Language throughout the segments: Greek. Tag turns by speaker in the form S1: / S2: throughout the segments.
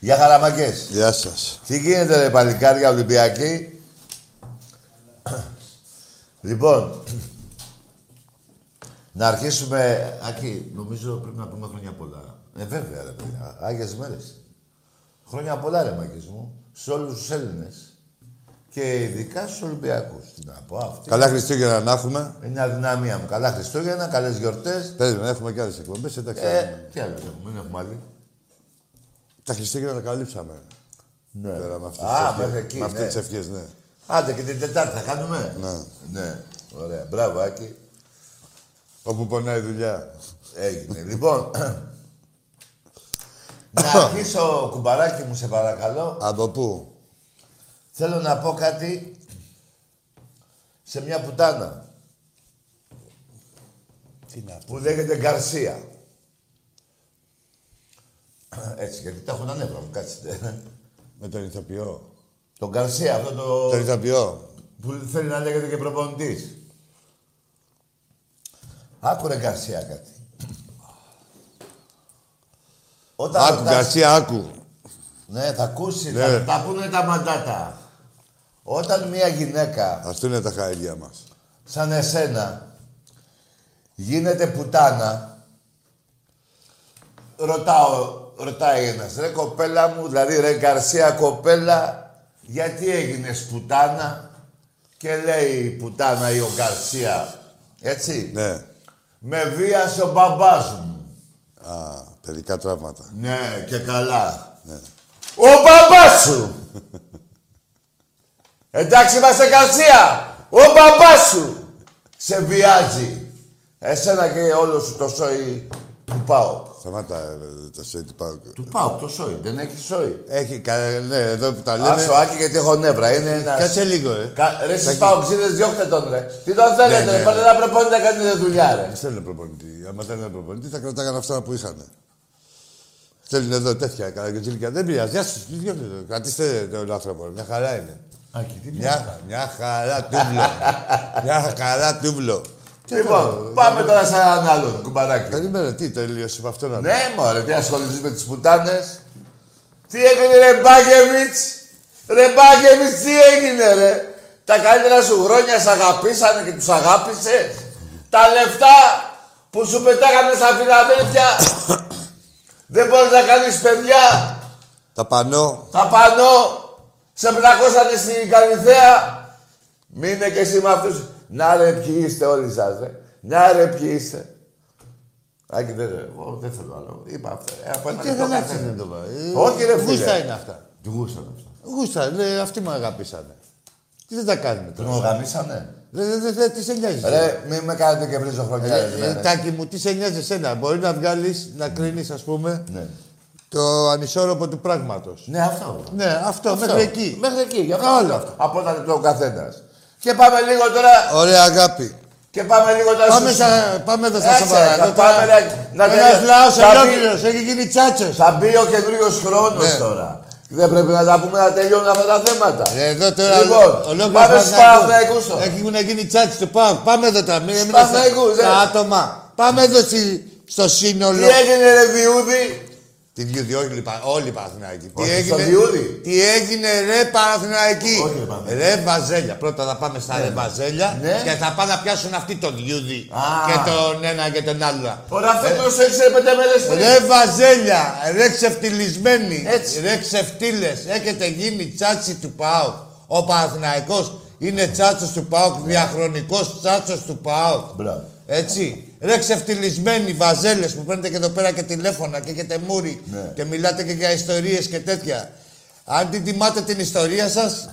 S1: Για χαραμακές.
S2: Γεια σας.
S1: Τι γίνεται ρε παλικάρια Ολυμπιακή. λοιπόν, να αρχίσουμε... Ακή, νομίζω πρέπει να πούμε χρόνια πολλά. Ε, βέβαια ρε παιδιά. Άγιες μέρες. Χρόνια πολλά ρε μαγκές μου. Σε όλους τους Έλληνες. Και ειδικά στους Ολυμπιακούς. Τι να πω αυτή.
S2: Καλά Χριστούγεννα να έχουμε.
S1: Είναι αδυναμία μου. Καλά Χριστούγεννα, καλές γιορτές.
S2: Περίμενε, έχουμε και άλλες εκπομπές, εντάξει.
S1: Ε, τι άλλο έχουμε, δεν έχουμε άλλη.
S2: Τα Χριστούγεννα τα καλύψαμε.
S1: Ναι.
S2: Πέρα με αυτές τις
S1: Α,
S2: ευχές.
S1: μέχρι εκεί,
S2: Με αυτές
S1: ναι.
S2: τις ευχές, ναι.
S1: Άντε και την Τετάρτη θα κάνουμε.
S2: Ναι.
S1: Ναι. Ωραία. Μπράβο, Άκη.
S2: Όπου πονάει η δουλειά.
S1: Έγινε. λοιπόν, να αρχίσω κουμπαράκι μου, σε παρακαλώ.
S2: Από πού.
S1: Θέλω να πω κάτι σε μια πουτάνα
S2: Τι να
S1: που λέγεται Γκαρσία. Έτσι, γιατί τα έχω τα νεύρα μου, κάτσετε.
S2: Με τον ηθοποιό.
S1: Τον Γκαρσία, αυτό το...
S2: Τον ηθοποιό.
S1: που θέλει να λέγεται και προπονητής. Άκουρε Γκαρσία κάτι. Όταν
S2: Άκου,
S1: ρωτάς-
S2: Γκαρσία, άκου.
S1: Ναι, θα ακούσεις,
S2: Ναι.
S1: θα τα πούνε τα μαντάτα. Όταν μια γυναίκα
S2: Αυτού είναι τα χαίρια μας.
S1: σαν εσένα γίνεται πουτάνα, ρωτάω, ρωτάει ένας, ρε κοπέλα μου, δηλαδή ρε Γκαρσία κοπέλα, γιατί έγινες πουτάνα και λέει η πουτάνα ή ο Γκαρσία, έτσι.
S2: Ναι.
S1: Με βίασε ο μπαμπάς μου.
S2: Α, παιδικά τραύματα.
S1: Ναι, και καλά. Ναι. Ο μπαμπάς σου! Εντάξει, είμαστε Γκαρσία! Ο μπαμπάς σου! Σε βιάζει. Εσένα και όλο σου το σόι του ΠΑΟΚ.
S2: Σταμάτα, ρε, τα σέτι πάω.
S1: Του ΠΑΟΚ το σόι, δεν έχει σόι.
S2: Έχει, κα- ναι, εδώ που τα
S1: Άσο,
S2: λέμε.
S1: Άκη, γιατί έχω νεύρα. Είναι ένας...
S2: Κάτσε λίγο, ε.
S1: Κα... Ρε, εσείς ΠΑΟΚΙΔΕΣ, διώχτε τον, ρε. Τι τον θέλετε,
S2: Ναι,
S1: ναι,
S2: ναι.
S1: πάτε να προπονείτε να κάνετε δουλειά, ρε.
S2: Δεν θέλουν προπονητή. Άμα θέλουν προπονητή, θα κρατάγανε αυτά που είχαν. Θέλουν εδώ τέτοια καραγκιότσιλικα. Δεν πειράζει. Γεια σας, τους διώξτε το. Κρατήστε τον άνθρωπο. Μια χαρά είναι.
S1: Άκη, τι
S2: Μια, μια χαρά τούβλο. μια χαρά τούβλο.
S1: Λοιπόν, πάμε τώρα σε έναν άλλον κουμπαράκι.
S2: Καλημέρα, τι τελείωσε με αυτό να λέω.
S1: Ναι, μωρέ, τι ασχοληθείς με τις πουτάνες. Τι έγινε ρε Μπάκεβιτς. Ρε Μπάκεβιτς, τι έγινε ρε. Τα καλύτερα σου χρόνια σ' αγαπήσανε και τους αγάπησες. Τα λεφτά που σου πετάγανε στα φιλαδέλφια. Δεν μπορείς να κάνεις παιδιά.
S2: Τα πανώ.
S1: Τα πανώ. Σε πλακώσανε στην Καλυθέα. Μείνε και εσύ με αυτούς. Να ρε ποιοι είστε όλοι σας, ρε. Να ρε ποιοι είστε. Άκη, δεν, εγώ δεν θέλω άλλο. Είπα αυτό. Ε, από ένα
S2: Τι
S1: λεπτό
S2: γαλάτσι
S1: καθένα.
S2: είναι το πάει.
S1: Όχι, ρε, φίλε.
S2: Γούστα είναι αυτά.
S1: Του γούσαν αυτά.
S2: Ε, Γούστα, λέει, αυτοί μου αγαπήσανε. Τι δεν τα κάνουμε
S1: Τον
S2: τώρα.
S1: ογαμίσανε.
S2: Δεν δεν- δεν- δεν- τι σε νοιάζει.
S1: Ρε, μην με κάνετε και βρίζω χρονιά.
S2: Ε,
S1: ρε,
S2: ε,
S1: ναι.
S2: Τάκη μου, τι σε νοιάζει εσένα. Μπορεί να βγάλεις, να κρίνεις, ας πούμε,
S1: Ναι.
S2: το ανισόρροπο του πράγματος.
S1: Ναι, αυτό.
S2: Ναι, αυτό, μέχρι εκεί.
S1: Μέχρι εκεί, γι' αυτό.
S2: Όλα
S1: λέω.
S2: αυτά.
S1: Από ένα λεπτό ο καθένας. Και πάμε λίγο τώρα.
S2: Ωραία, αγάπη.
S1: Και πάμε λίγο τώρα.
S2: Πάμε,
S1: στους-
S2: στα, πάμε εδώ στα
S1: Κάτσε,
S2: σοβαρά.
S1: να
S2: Εδώ
S1: πάμε ναι.
S2: τώρα-
S1: να- να
S2: Ένας
S1: τελειώ-
S2: λαός
S1: θα μπει-
S2: ολόκληρος έχει γίνει τσάτσος.
S1: Θα μπει ο καινούριος χρόνος
S2: Ναι. Ε,
S1: τώρα. Δεν πρέπει να τα πούμε να τελειώνουν αυτά τα θέματα.
S2: Εδώ τώρα
S1: Λοιπόν,
S2: ολόκληρος
S1: πάμε στους
S2: Παναθηναϊκός.
S1: Παναθηναϊκούς τώρα.
S2: Έχουν γίνει τσάτσι του ΠΑΟΚ. Πάμε εδώ τώρα. Μην μην-
S1: Παναθηναϊκούς,
S2: στα
S1: ναι.
S2: άτομα. Πάμε εδώ στη- στο σύνολο.
S1: Τι έγινε, ρε Διούδη.
S2: Την Διούδη, όχι λοιπά, όλοι οι Παναθηναϊκοί.
S1: Όχι, στο Διούδη.
S2: τι έγινε ρε Παναθηναϊκοί.
S1: Όχι, ρε, Παναθηναϊκοί.
S2: Ρε Βαζέλια. Πρώτα θα πάμε στα ρε Βαζέλια
S1: Ναι.
S2: και θα πάνε να πιάσουν αυτοί τον Διούδη
S1: Α.
S2: και τον ένα και τον άλλο.
S1: Ο Ραφίλος έξερε πέντε μέρες πριν.
S2: Ρε Βαζέλια, ρε ξεφτυλισμένοι,
S1: Έτσι.
S2: ρε ξεφτύλες, έχετε γίνει τσάτσι του ΠΑΟΚ. Ο Παναθηναϊκός είναι τσάτσος του ΠΑΟΚ,
S1: Ναι.
S2: διαχρονικός τσάτσος του ΠΑΟΚ.
S1: Μπράβο.
S2: Έτσι. Ρε ξεφτυλισμένοι βαζέλες που παίρνετε και εδώ πέρα και τηλέφωνα και έχετε μούρι
S1: Ναι.
S2: και μιλάτε και για ιστορίες και τέτοια. Αν την τιμάτε την ιστορία σας,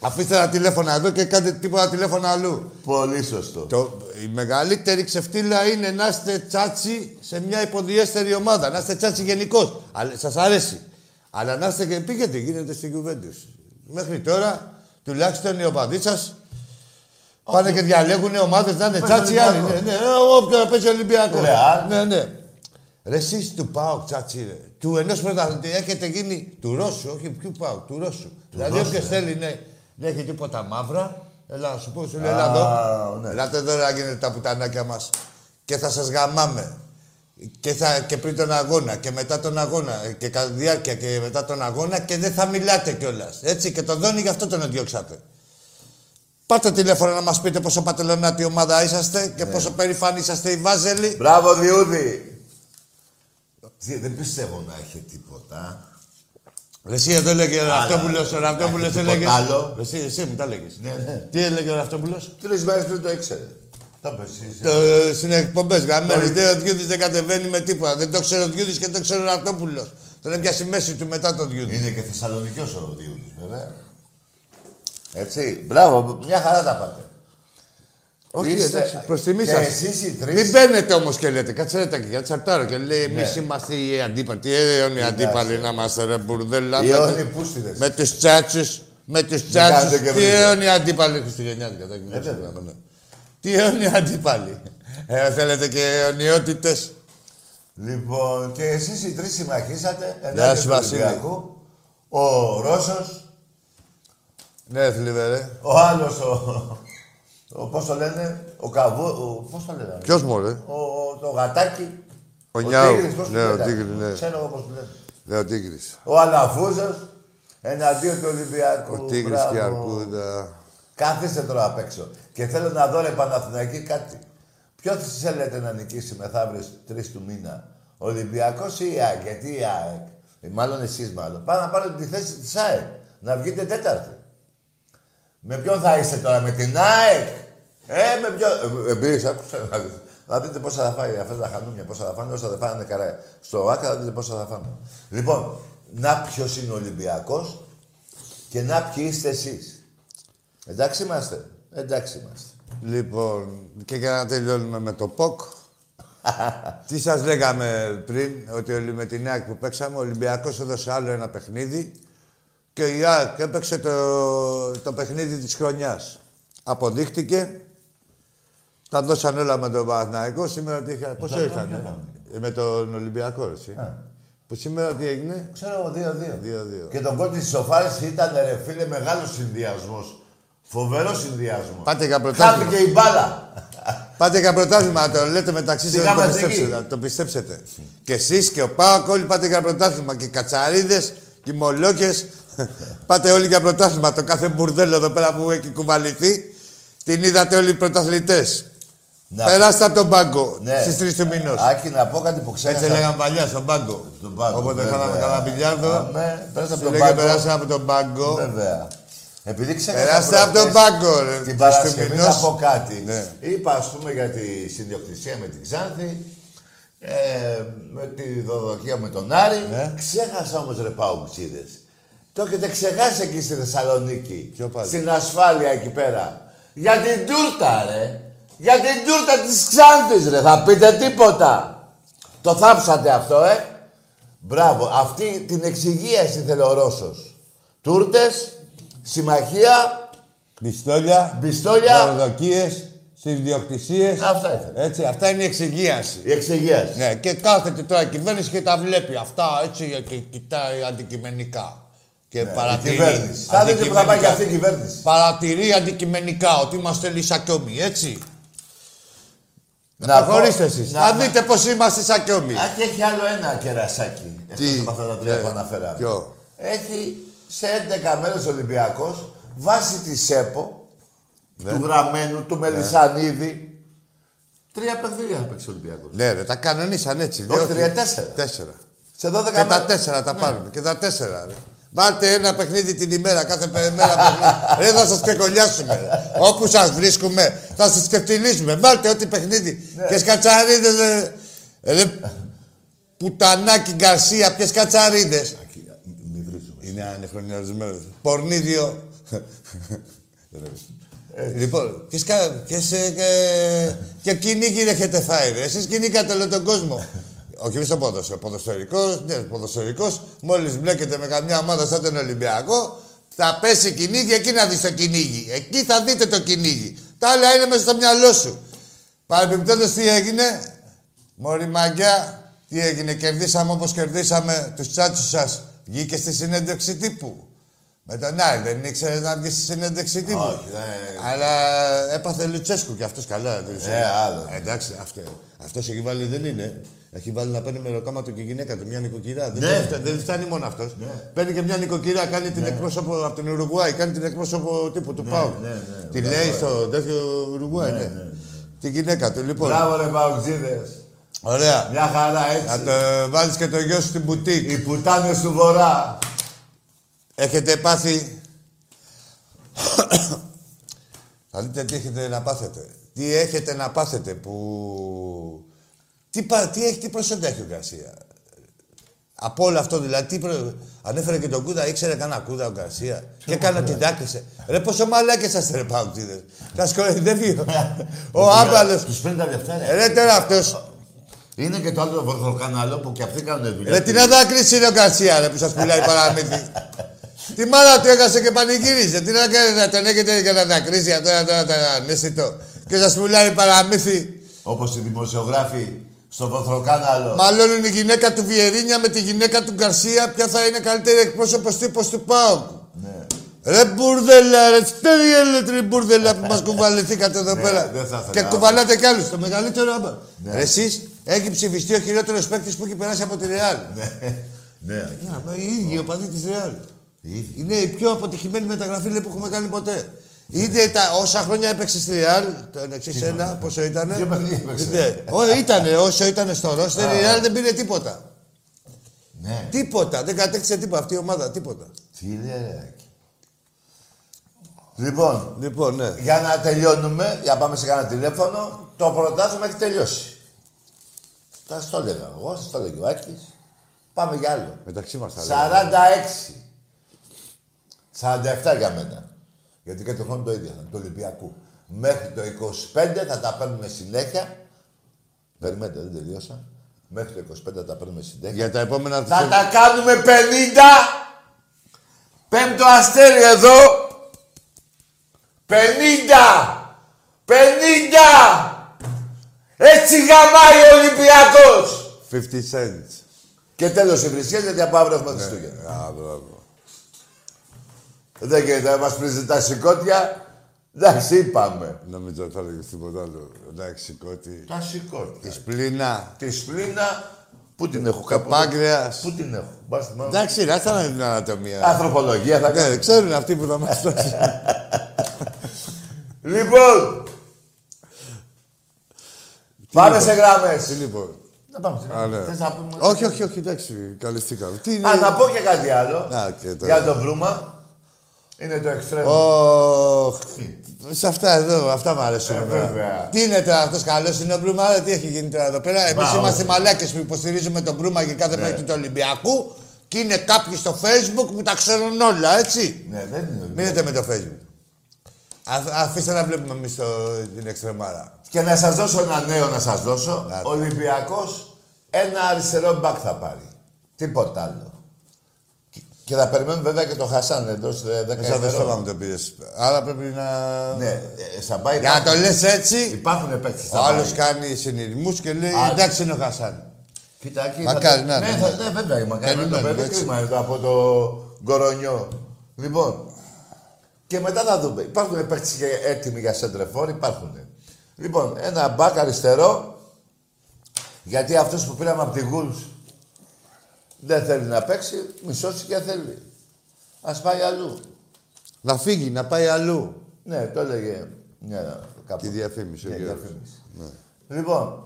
S2: αφήστε ένα τηλέφωνα εδώ και κάντε τίποτα τηλέφωνα αλλού.
S1: Πολύ σωστό.
S2: Το, η μεγαλύτερη ξεφτύλα είναι να είστε τσάτσι σε μια υποδιέστερη ομάδα. Να είστε τσάτσι γενικώς. Σας αρέσει. Αλλά να είστε και πήγαινε, γίνεται στην Juventus. Μέχρι τώρα, τουλάχιστον οι οπαδοί σας πάνε και διαλέγουν ομάδες να είναι
S1: Πες
S2: τσάτσι. άλλοι. Ναι,
S1: Ολυμπιακό.
S2: ναι, όποιο παίζει Ολυμπιακό.
S1: Ρεάλ.
S2: Ναι, ναι. Ρε εσείς του πάω τσάτσι, ρε. Του ενός πρωταθλητή έχετε γίνει του Ρώσου, όχι ποιου πάω, του Ρώσου. δηλαδή, όποιο θέλει ναι, να έχει τίποτα μαύρα, έλα Ε, να σου πω, σου λέει, έλα εδώ.
S1: ναι.
S2: Ελάτε εδώ να γίνετε τα πουτανάκια μας και θα σας γαμάμε. Και, θα, και πριν τον αγώνα και μετά τον αγώνα ε, και κατά τη διάρκεια και μετά τον αγώνα και δεν θα μιλάτε κιόλας. Έτσι και τον Δόνι γι' αυτό τον διώξατε. Πάτε τηλέφωνο να μας πείτε πόσο πατελονάτη ομάδα είσαστε
S1: Ναι.
S2: και πόσο περήφανοι είσαστε οι Βάζελοι.
S3: Μπράβο, Διούδη.
S1: Τι, Δεν πιστεύω να έχει τίποτα.
S2: Ρε Εσύ εδώ έλεγε ο
S1: Άλλα,
S2: Ραυτόπουλος, ο
S1: δεν
S2: Ραυτόπουλος
S1: υπάρχει
S2: έλεγε...
S1: Ε, τίποτα άλλο.
S2: Εσύ, εσύ μου τα έλεγες.
S1: Ναι, ναι.
S2: Τι έλεγε ο Ραυτόπουλος.
S3: Τρεις μέρες πριν το ήξερε.
S1: Τα πες εσύ.
S2: Το, ε, Στην εκπομπές γαμμένος, δεν ο Διούδης δεν κατεβαίνει με τίποτα. Δεν το ξέρει ο Διούδης και δεν το ξέρει ο Ραυτόπουλος. Τον έπιασε η μέση του μετά τον Διούδη.
S1: Είναι και Θεσσαλονικιός ο Διούδης, βέβαια.
S3: Έτσι. Μπράβο,
S1: Μια χαρά τα πάτε.
S2: Όχι,
S3: Είστε-
S2: εντάξει, προς τιμή
S1: Και
S2: σας.
S1: εσείς οι τρεις.
S2: Μην μπαίνετε όμως και λέτε, κάτσε ρε τα για τσαρτάρω και λέει εμείς
S1: Ναι.
S2: είμαστε οι αντίπαλοι. Τι αιώνιοι αντίπαλοι να είμαστε ρε μπουρδέλα.
S3: Οι
S2: με-
S3: αιώνιοι
S1: πούστιδες.
S2: Με τους τσάτσους, με τους
S1: κάνετε και Ε,
S2: τσάτσους. Τι
S1: βρίζετε.
S2: αιώνιοι αντίπαλοι χριστουγεννιάτικα. τα κοινά σας, ναι. Τι αιώνιοι αντίπαλοι. Ε, θέλετε και αιωνιότητες.
S1: Λοιπόν, και εσείς οι τρεις συμμαχίσατε
S2: Γεια
S1: ενάντια
S2: σου,
S1: του
S2: Βασίλη.
S1: Ολυμπιακού. Ο Ρώσος,
S2: Ναι, θλιβερέ.
S1: ο άλλος, ο, ο πώς το λένε, ο Καβού, ο, πώς το λένε,
S2: Ποιος μου, ρε.
S1: ο, ο- το γατάκι.
S2: Ο Νιάου.
S1: Τίγρης, πώς του
S2: Ναι, ο
S1: λένε.
S2: Τίγρης, ναι.
S1: Ξέρω εγώ πώς του λένε.
S2: Ναι, ο Τίγρης.
S1: Ο Αλαφούζος, εναντίον του Ολυμπιακού.
S2: Ο Τίγρης
S1: Μπράβο.
S2: και η Αρκούδα.
S1: Καθίστε τώρα απ' έξω. Και θέλω να δω ρε Παναθηναϊκή κάτι. Ποιο θέλετε να νικήσει μεθαύριο στις 3 του μήνα. Ο Ολυμπιακός ή η ΑΕΚ. Γιατί η ΑΕΚ. Ε, Μάλλον εσείς μάλλον. Πάμε να πάρετε τη θέση της ΑΕΚ. Να βγείτε τέταρτη. Με ποιον θα είστε τώρα, με την ΑΕΚ. Ε, με ποιον. Ε, Εμπειρίες, άκουσα να δεις. Θα δείτε πόσα θα φάει αυτά τα χανούμια, πόσα θα φάνε, όσα δεν φάνε καρά. Στο ΆΚΑ θα δείτε πόσα θα φάμε. Λοιπόν, να ποιος είναι ο Ολυμπιακός και να ποιοι είστε εσείς. Εντάξει είμαστε. Εντάξει είμαστε.
S2: Λοιπόν, και για να τελειώνουμε με το ΠΟΚ. Τι σας λέγαμε πριν, ότι ο- με την ΑΕΚ που παίξαμε, ο Ολυμπιακός έδωσε άλλο ένα παιχνίδι και η ΑΕΚ έπαιξε το, το παιχνίδι της χρονιάς. Αποδείχτηκε. Τα δώσαν όλα με τον Παναθηναϊκό. Σήμερα ότι είχα. Πόσο είχαν, ε? με τον Ολυμπιακό, έτσι. Που σήμερα τι έγινε.
S1: Ξέρω εγώ,
S2: Δύο-δύο.
S1: 2-2. Και τον κόλ της Σοφάρης ήταν ρε φίλε μεγάλος συνδυασμός. Φοβερός συνδυασμός.
S2: Πάτε για πρωτάθλημα.
S1: Χάθηκε η μπάλα.
S2: Πάτε για πρωτάθλημα, το λέτε μεταξύ σας.
S1: Πήγαμε
S2: Το
S1: εκεί.
S2: πιστέψετε. να Το πιστέψετε. και εσείς και ο Πάοκ όλοι πάτε για πρωτάθλημα. Και οι κατσαρίδες και οι μολόκες. πάτε όλοι για πρωτάθλημα. Το κάθε μπουρδέλο εδώ πέρα που έχει κουβαληθεί. Την είδατε όλοι οι πρωταθλητές.
S1: Να-
S2: Περάστε από τον πάγκο
S1: Ναι.
S2: στις στι 3 του μηνό.
S1: Άκη να πω κάτι που
S2: Έτσι
S1: ξέχασα.
S2: λέγαμε παλιά στον πάγκο.
S1: Στον πάγκο,
S2: Οπότε
S1: βέβαια.
S2: κάναμε καλά μπιλιάρδο.
S1: Ναι, πέρασα από
S2: Σου
S1: τον
S2: λέγε
S1: πάγκο.
S2: περάστε από τον πάγκο.
S1: Βέβαια. Επειδή ξέχασα.
S2: Περάστε από τον
S1: προχθές
S2: πάγκο. ρε.
S1: Την
S2: Στις
S1: Παρασκευή
S2: Τουμινός.
S1: να πω κάτι.
S2: Ναι.
S1: Είπα ας πούμε για τη συνδιοκτησία με την Ξάνθη. Ε, με τη δοδοκία με τον Άρη.
S2: Ναι.
S1: Ξέχασα όμως ρε Παουξίδες. Το έχετε ξεχάσει εκεί στη Θεσσαλονίκη.
S2: Ποιο πάλι?
S1: Στην ασφάλεια εκεί πέρα. Για την τούρτα ρε. Για την τούρτα της Ξάνθης ρε. Θα πείτε τίποτα. Το θάψατε αυτό ε. Μπράβο. Αυτή την εξυγίαση θέλει ο Ρώσος. Τούρτες, συμμαχία,
S2: Πιστόλια.
S1: πιστόλια.
S2: Δωροδοκίες, συνδιοκτησίες.
S1: Ναι, Αυτά ήθελα.
S2: Έτσι, αυτά είναι η εξυγίαση.
S1: Η εξηγίαση.
S2: Ναι, και κάθεται τώρα η κυβέρνηση και τα βλέπει αυτά έτσι και κοιτάει αντικειμενικά. Και
S1: Ναι, Η
S2: παρατηρεί.
S1: κυβέρνηση. Θα δείτε που θα πάει και αυτή η κυβέρνηση.
S2: Παρατηρεί αντικειμενικά ότι είμαστε λυσακιόμοι, έτσι.
S1: Να
S2: Προχωρήστε
S1: πω-
S2: εσείς.
S1: να-
S2: Να,
S1: να-
S2: δείτε πως είμαστε σακιόμοι.
S1: Α, και έχει άλλο ένα κερασάκι. Εκτός από αυτά τα τρία που αναφέραμε.
S2: Ναι. Ποιο.
S1: Έχει σε 11 μέρες Ολυμπιακός βάσει της ΣΕΠΟ,
S2: Ναι.
S1: του Γραμμένου, του Μελισανίδη. Τρία παιχνίδια θα παίξει ο Ολυμπιακός.
S2: Ναι, ρε, τα κανονίσαν έτσι.
S1: Όχι,
S2: λέω,
S1: τρία, τέσσερα.
S2: Τέσσερα.
S1: Σε 12
S2: Και τα
S1: μέρες.
S2: τέσσερα τα πάρουμε. Και τα τέσσερα, ρε. Βάλτε ένα παιχνίδι την ημέρα, κάθε πε- μέρα παιχνίδι. Ρε, θα σας ξεκολλιάσουμε. ρε. Όπου σας βρίσκουμε, θα σας ξεφτυλίσουμε. Βάλτε ό,τι παιχνίδι. Και σκατσαρίδε, ρε. Ε, ρε. Πουτανάκι Γκαρσία, ποιες κατσαρίδες.
S1: Μην βρίζουμε.
S2: Είναι ανεχρονιασμένος. Πορνίδιο. λοιπόν, ποιες, κα- ποιες, ε, ε, και κυνήγι έχετε φάει, ρε. Εσείς κυνήγατε όλο τον κόσμο. Όχι, μη στο ποδοσφαιρικό. Ποδοσφαιρικός, ναι, ποδοσφαιρικός. Μόλις μπλέκεται με καμιά ομάδα σαν τον Ολυμπιακό, θα πέσει κυνήγι, εκεί να δεις το κυνήγι. Εκεί θα δείτε το κυνήγι. Τα άλλα είναι μέσα στο μυαλό σου. Παρεμπιπτόντως τι έγινε, Μωρή μαγκιά, τι έγινε, κερδίσαμε όπως κερδίσαμε τους τσάτσους σας. Βγήκε στη συνέντευξη τύπου. Με τον Άρη δεν ήξερε να βγει στη συνέντευξη τύπου.
S1: Όχι, δεν-
S2: Αλλά έπαθε Λουτσέσκου κι αυτός καλά. δεν ήξερε.
S1: Ε, άλλο.
S2: Εντάξει, αυτό αυτός έχει βάλει δεν είναι. Έχει βάλει να παίρνει μεροκάμα του και η γυναίκα του, μια νοικοκυρά. Δεν,
S1: Ναι.
S2: δεν, φτάνει, δεν φτάνει μόνο αυτός. Παίρνει και μια νοικοκυρά, κάνει την εκπρόσωπο από τον Ουρουγουάη, κάνει την εκπρόσωπο τύπου του Πάου.
S1: ναι, ναι.
S2: Τη λέει στο τέτοιο Ουρουγουάη, ναι. Τη γυναίκα του, λοιπόν.
S1: Μπράβο ρε Παουτζίδες.
S2: Ωραία.
S1: Μια χαρά
S2: Να
S1: έτσι.
S2: το βάλεις και το γιο σου στην μπουτίκ.
S1: Οι πουτάνες του Βορρά.
S2: Έχετε πάθει... Θα δείτε τι έχετε να πάθετε. Τι έχετε να πάθετε που... Τι, πα, τι, έχει, τι προσόντα έχει ο Γκαρσία. Από όλο αυτό δηλαδή, τι προ... ανέφερε και τον Κούδα, ήξερε κανένα Κούδα ο Γκαρσία. και κάνα την τάκρισε. Ρε πόσο μαλάκες είσαστε ρε Παουτζίδες. Τα σκορδεύει ο- ο Άμπαλος. Ε,
S1: Τους παίρνει τα λεφτά ρε.
S2: Ρε τώρα αυτός.
S1: Είναι και το άλλο βορθοκαναλό που και αυτοί κάνουν δουλειά.
S2: Ρε τι να δάκρυση είναι ο Γκαρσία ρε, που σας πουλάει παραμύθι. τη μάνα του έκασε και πανηγύριζε. Τι να κάνει να τον έχετε και να δακρύσει αυτό, να τον ανέστητο. Και σας πουλάει παραμύθι.
S1: Όπως οι δημοσιογράφοι στο βορθοκαναλό.
S2: Μαλώνουν η γυναίκα του Βιερίνια με τη γυναίκα του Γκαρσία. Ποια θα είναι καλύτερη εκπρόσωπος τύπος του ΠΑΟΚ.
S1: Ναι.
S2: Ρε μπουρδελα, ρε στέρι έλετρη μπουρδελα που μας κουβαληθήκατε εδώ πέρα.
S1: δεν θα ήθελα.
S2: Και κουβαλάτε κι άλλους, το μεγαλύτερο άμα. Ρε εσείς, έχει ψηφιστεί ο χειρότερος παίκτης που έχει περάσει από τη Ρεάλ.
S1: Ναι.
S2: Να, μα οι ίδιοι οπαδοί της Ρεάλ.
S1: Οι ίδιοι.
S2: Είναι η πιο αποτυχημένη μεταγραφή λέει, που έχουμε κάνει ποτέ. Είτε τα, όσα χρόνια έπαιξε στη Ρεάλ, το 61, πόσο ήτανε.
S1: Δύο παιχνίδια έπαιξε.
S2: Ναι. Ό, ήτανε, όσο ήτανε στο Ρώστερ, η Ρεάλ δεν πήρε τίποτα.
S1: Ναι.
S2: Τίποτα, δεν κατέκτησε τίποτα αυτή η ομάδα, τίποτα.
S1: Τι λέει Λοιπόν,
S2: Λοιπόν, ναι.
S1: για να τελειώνουμε, για να πάμε σε κανένα τηλέφωνο, το πρωτάθλημα έχει τελειώσει. Θα στο έλεγα εγώ, σας το έλεγε ο Άκης. Πάμε για άλλο.
S2: Μεταξύ μας θα λέω.
S1: 46. 47 για μένα. Γιατί και το χρόνο το ίδιο θα είναι, του Ολυμπιακού. Μέχρι το 25 θα τα παίρνουμε συνέχεια. Περιμένετε, δεν τελείωσα. Μέχρι το 25 θα τα παίρνουμε συνέχεια.
S2: Για τα επόμενα
S3: Θα τα κάνουμε 50. Πέμπτο αστέρι εδώ. 50. 50. Έτσι γαμάει ο Ολυμπιακός.
S2: 50 cents. Ναι.
S1: Και τέλος οι βρισκές γιατί από αύριο έχουμε Χριστούγεννα.
S2: Α, μπράβο.
S1: Δεν γίνεται, μα πρίζει τα σηκώτια. Εντάξει, είπαμε.
S2: Νομίζω θα έλεγε τίποτα άλλο. Εντάξει, κότι.
S1: Τα σηκώτια.
S2: Της πλήνα.
S1: Της σπλήνα, πού την έχω
S2: Το
S1: κάπου.
S2: πάγκρεας.
S1: Πού την έχω. Μπας στη μάνα.
S2: Εντάξει, ρε, άστα να δει την ανατομία.
S1: Ανθρωπολογία θα
S2: Ναι,
S1: κάνω.
S2: ξέρουν αυτοί που θα μας δώσουν.
S1: Λοιπόν, πάμε σε
S2: Τι
S1: γραμμές.
S2: λοιπόν.
S1: Να πάμε σε
S2: Α, ναι.
S1: γραμμές. Θες να πούμε.
S2: Όχι, όχι, όχι, εντάξει, καλεστήκαμε. Τι είναι. Ναι,
S1: Α, να πω και κάτι άλλο.
S2: Να, και τώρα.
S1: Για τον Βρούμα. Είναι το εξτρέμ.
S2: Ωχ. Σε αυτά εδώ, αυτά μου αρέσουν.
S1: Ε,
S2: εμένα.
S1: βέβαια.
S2: Τι είναι τώρα αυτός καλός, είναι ο Μπρούμα, αλλά τι έχει γίνει τώρα εδώ πέρα. Εμείς
S1: Μα,
S2: είμαστε
S1: όχι. Ναι.
S2: μαλάκες που υποστηρίζουμε τον Μπρούμα και κάθε παίκτη του Ολυμπιακού και είναι κάποιοι στο Facebook που τα ξέρουν όλα, έτσι.
S1: Ναι, δεν είναι.
S2: Μείνετε με το Facebook. Α- αφήστε να βλέπουμε εμείς την εξτρεμάρα.
S1: Και να σας δώσω ένα νέο να σας δώσω.
S2: Να.
S1: Ο Ολυμπιακός ένα αριστερό μπακ θα πάρει. Τίποτα άλλο. Και- Και θα περιμένουμε βέβαια και τον Χασάν εντός ε,
S2: Μέσα
S1: 10
S2: δεν
S1: ημερών.
S2: στόμα το πήρε. Άρα πρέπει να.
S1: Ναι, ε, στα πάει
S2: Για να το
S1: υπάρχουν-
S2: λες έτσι,
S1: Υπάρχουν παίκτες
S2: Ο
S1: στα
S2: άλλος
S1: πάει.
S2: κάνει συνειδημού και λέει
S1: Α.
S2: εντάξει είναι ο Χασάν.
S1: Κοίτα, εκεί
S2: Μακάρι,
S1: θα-
S2: να,
S1: ναι,
S2: ναι,
S1: θα-
S2: ναι.
S1: ναι, βέβαια, μακάρι να το
S2: Περιμένουμε,
S1: παιδί
S2: έτσι.
S1: κρίμα εδώ από το κορονιό. Λοιπόν, και μετά θα δούμε. Υπάρχουν παίκτες και έτοιμοι για σεντρεφόρ, υπάρχουν. Λοιπόν, ένα μπακ αριστερό, γιατί αυτός που πήραμε από τη Γουλς δεν θέλει να παίξει, μισός και θέλει. Ας πάει αλλού.
S2: Να φύγει, να πάει αλλού.
S1: Ναι, το έλεγε. Ναι, κάπου.
S2: Τη διαφήμιση.
S1: Ναι,
S2: ο κύριος.
S1: διαφήμιση. Λοιπόν,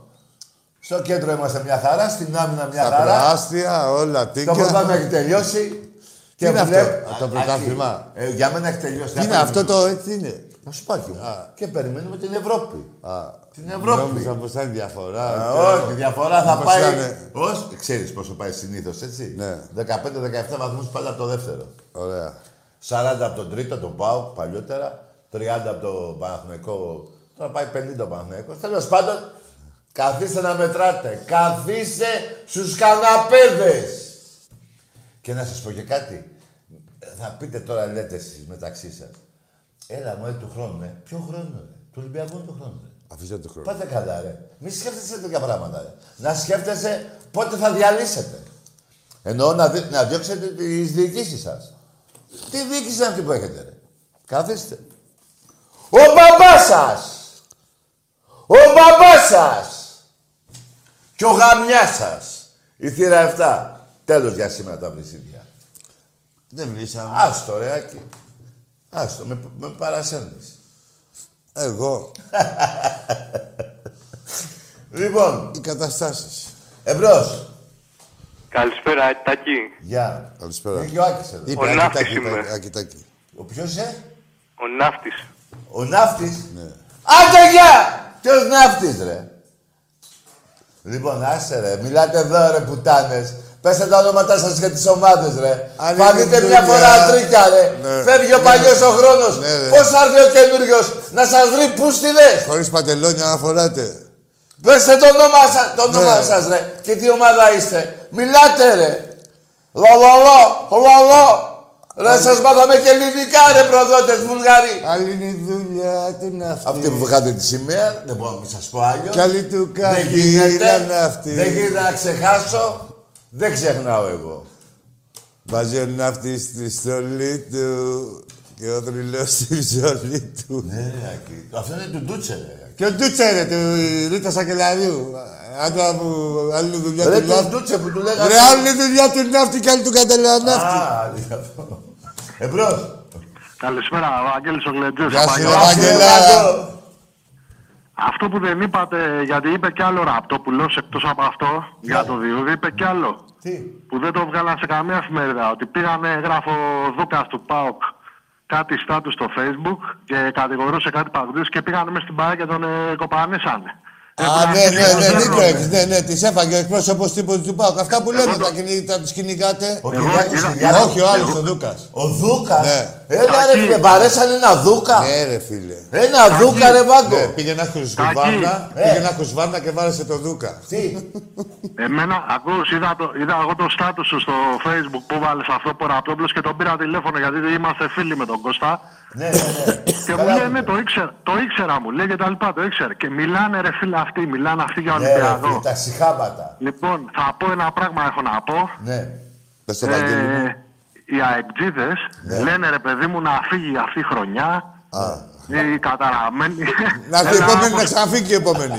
S1: στο κέντρο είμαστε μια χαρά, στην άμυνα μια
S2: Τα
S1: χαρά.
S2: πράστια, όλα
S1: Ναι, Το
S2: τίκια.
S1: πρωτάθλημα έχει τελειώσει.
S2: Τι είναι
S1: βλέπ-
S2: αυτό,
S1: Α,
S2: το πρωτάθλημα?
S1: αρχή. Ε, για μένα έχει τελειώσει.
S2: Τι είναι
S1: Να
S2: αυτό
S1: περιμένουμε.
S2: το έτσι είναι.
S1: Να σου πω και εγώ. Και περιμένουμε την Ευρώπη. Την
S2: Νόμιζα
S1: Ευρώπη.
S2: πως θα είναι
S1: Α,
S2: διαφορά.
S1: Όχι, η διαφορά θα
S2: Όπως
S1: πάει.
S2: ήταν.
S1: Ως, ξέρεις πόσο πάει συνήθως, έτσι.
S2: Ναι.
S1: 15-17 βαθμούς πάντα από το δεύτερο.
S2: Ωραία.
S1: 40 από τον τρίτο, τον πάω παλιότερα. 30 από τον Παναθηναϊκό. Τώρα πάει 50 ο Παναθηναϊκός. Τέλος πάντων, καθίστε να μετράτε. Καθίστε στους καναπέδες. Και να σας πω και κάτι. Θα πείτε τώρα, λέτε εσείς μεταξύ σας. Έλα μου, του χρόνου, ε. Ποιο χρόνο, ρε. Του Ολυμπιακού του χρόνου, ρε.
S2: Αφήστε το χρόνο.
S1: Πάτε καλά, ρε. Μη σκέφτεσαι τέτοια πράγματα, ρε. Να σκέφτεσαι πότε θα διαλύσετε. Εννοώ να, δι- να διώξετε τις διοικήσεις σας. Τι διοίκηση είναι αυτή που έχετε, ρε. Καθίστε.
S3: Ο μπαμπάς σας! Ο μπαμπάς σας!
S1: Και ο γαμιάς σας. Η θύρα 7. Τέλος για σήμερα τα βρυσίδια.
S2: Δεν μιλήσαμε.
S1: Άστο, ρε, Άκη. Άστο, με, με παρασένεις.
S2: Εγώ,
S1: Λοιπόν,
S2: οι καταστάσεις.
S1: εμπρός.
S4: Καλησπέρα, Τάκη.
S1: Γεια. Είναι
S2: Καλησπέρα.
S1: και ο Άκης εδώ.
S2: Είπε,
S4: Ο
S2: «Άκη,
S4: Ναύτης
S2: Τάκη,
S4: είμαι».
S2: Τάκη, Άκη, Τάκη.
S1: Ο ποιος είσαι,
S4: Ο Ναύτης.
S1: ο Ναύτης.
S2: Ναι.
S3: Άντε γεια!
S1: Ποιος Ναύτης, ρε. Λοιπόν, άσε ρε, μιλάτε εδώ ρε πουτάνες. Πέστε τα ονόματά σας και τις ομάδες ρε.
S2: Αν
S1: Φανείτε
S2: είναι
S1: μια
S2: δουλειά.
S1: φορά τρίκα ρε.
S2: Ναι.
S1: Φεύγει ο παλιός ο χρόνος.
S2: Ναι, ρε.
S1: Πώς θα έρθει ο καινούριος να σας βρει πούστιδες.
S2: Χωρίς παντελόνια να φοράτε.
S1: Πέστε το όνομά σας, το
S2: Ναι.
S1: όνομα σας ρε. Και τι ομάδα είστε. Μιλάτε ρε. Λολολό, λολό. Ρε σας μάθαμε και ελληνικά ρε προδότες Βουλγαροί.
S2: Άλλη είναι η δουλειά του ναύτη.
S1: Αυτοί που βγάτε τη σημαία, δεν
S2: Λοιπόν,
S1: μπορώ να μην σας πω άλλο.
S2: Κι άλλη του
S1: Δεν
S2: κάνει
S1: γίνεται,
S2: η ναύτη.
S1: δεν γίνεται να ξεχάσω, δεν ξεχνάω εγώ.
S2: Βάζει ο ναύτη στη στολή του και ο θρυλός στη ψωλή του.
S1: Ναι, ρε, Άκη. αυτό είναι του Ντούτσε, ρε.
S2: Και ο Ντούτσερε του Ρίτα Σακελαρίου. Άντρα που άλλη δουλειά
S1: Ρε
S2: του
S1: του
S2: ναύτη.
S1: Ντούτσε που του
S2: Ρε
S1: λέγανε.
S2: άλλη δουλειά του ναύτη και άλλη του κατελαναύτη.
S1: Α, γι' αυτό. Ε, Εμπρός.
S5: Καλησπέρα, ο Βαγγέλης ο Γλεντζής.
S2: Γεια σου,
S5: ο Βαγγέλης.
S2: ρε, Βαγγελά.
S1: Βαγγελάτο.
S5: Αυτό που δεν είπατε, γιατί είπε κι άλλο ραπτόπουλος εκτός από
S2: Ναι.
S5: αυτό, για το Διούδη, είπε κι άλλο.
S1: Τι.
S5: Που δεν το βγάλαν σε καμία εφημερίδα, ότι πήγανε, γράφω δούκας του ΠΑΟΚ, κάτι στάτου στο facebook και κατηγορούσε κάτι παγκούς και πήγανε μες στην παρά και τον ε, κοπανίσανε. Ε,
S2: Α, ναι, ναι, ναι, δίκιο έχεις.
S5: έχεις.
S2: Ναι, ναι, τις έφαγε ο εκπρόσωπος τύπου του Πάουκ. Αυτά που λέμε, τα, κυνηγ- τα τους κυνηγάτε.
S1: Ο
S5: Εγώ
S1: Κυριάκος
S5: είδα-
S1: Κυριάκος.
S2: Όχι, ο άλλος, ο Δούκας.
S1: Ο Δούκας.
S2: Ναι.
S1: Έλα ρε
S5: Άκη.
S1: φίλε, βαρέσαν ένα Δούκα.
S2: Ναι, ρε φίλε.
S1: Ένα Δούκα ρε
S2: Ναι,
S1: Ε, Βάγκο.
S2: πήγε να χουσβάρνα,
S1: Ε.
S2: πήγε να χουσβάρνα και βάρεσε το Δούκα.
S1: Τι.
S5: Εμένα, ακούς, είδα, το, είδα εγώ το στάτους σου στο facebook που βάλες αυτό που ραπτόπουλος και τον πήρα τηλέφωνο γιατί είμαστε φίλοι με τον Κώστα.
S1: Ναι, ναι, ναι.
S5: Και μου
S1: Καλά
S5: λέει,
S1: που
S5: ναι,
S1: το.
S5: το ήξερα, το ήξερα μου, λέει και τα λοιπά, το ήξερα. Και μιλάνε ρε φίλε αυτοί, μιλάνε αυτοί για
S1: Ναι, ρε
S5: Ολυμπιακό.
S1: φίλε, τα συχάματα.
S5: λοιπόν, θα πω ένα πράγμα έχω να πω.
S1: Ναι. Ναι.
S2: Πες το Βαγγέλη μου.
S5: Ε, οι αεκτζίδες λένε ρε παιδί μου να φύγει αυτή η χρονιά.
S1: Ναι.
S5: Οι καταραμένοι.
S2: Να έρθει η
S5: Ένα
S2: επόμενη
S5: άμμος.
S2: να ξαναφύγει η επόμενη.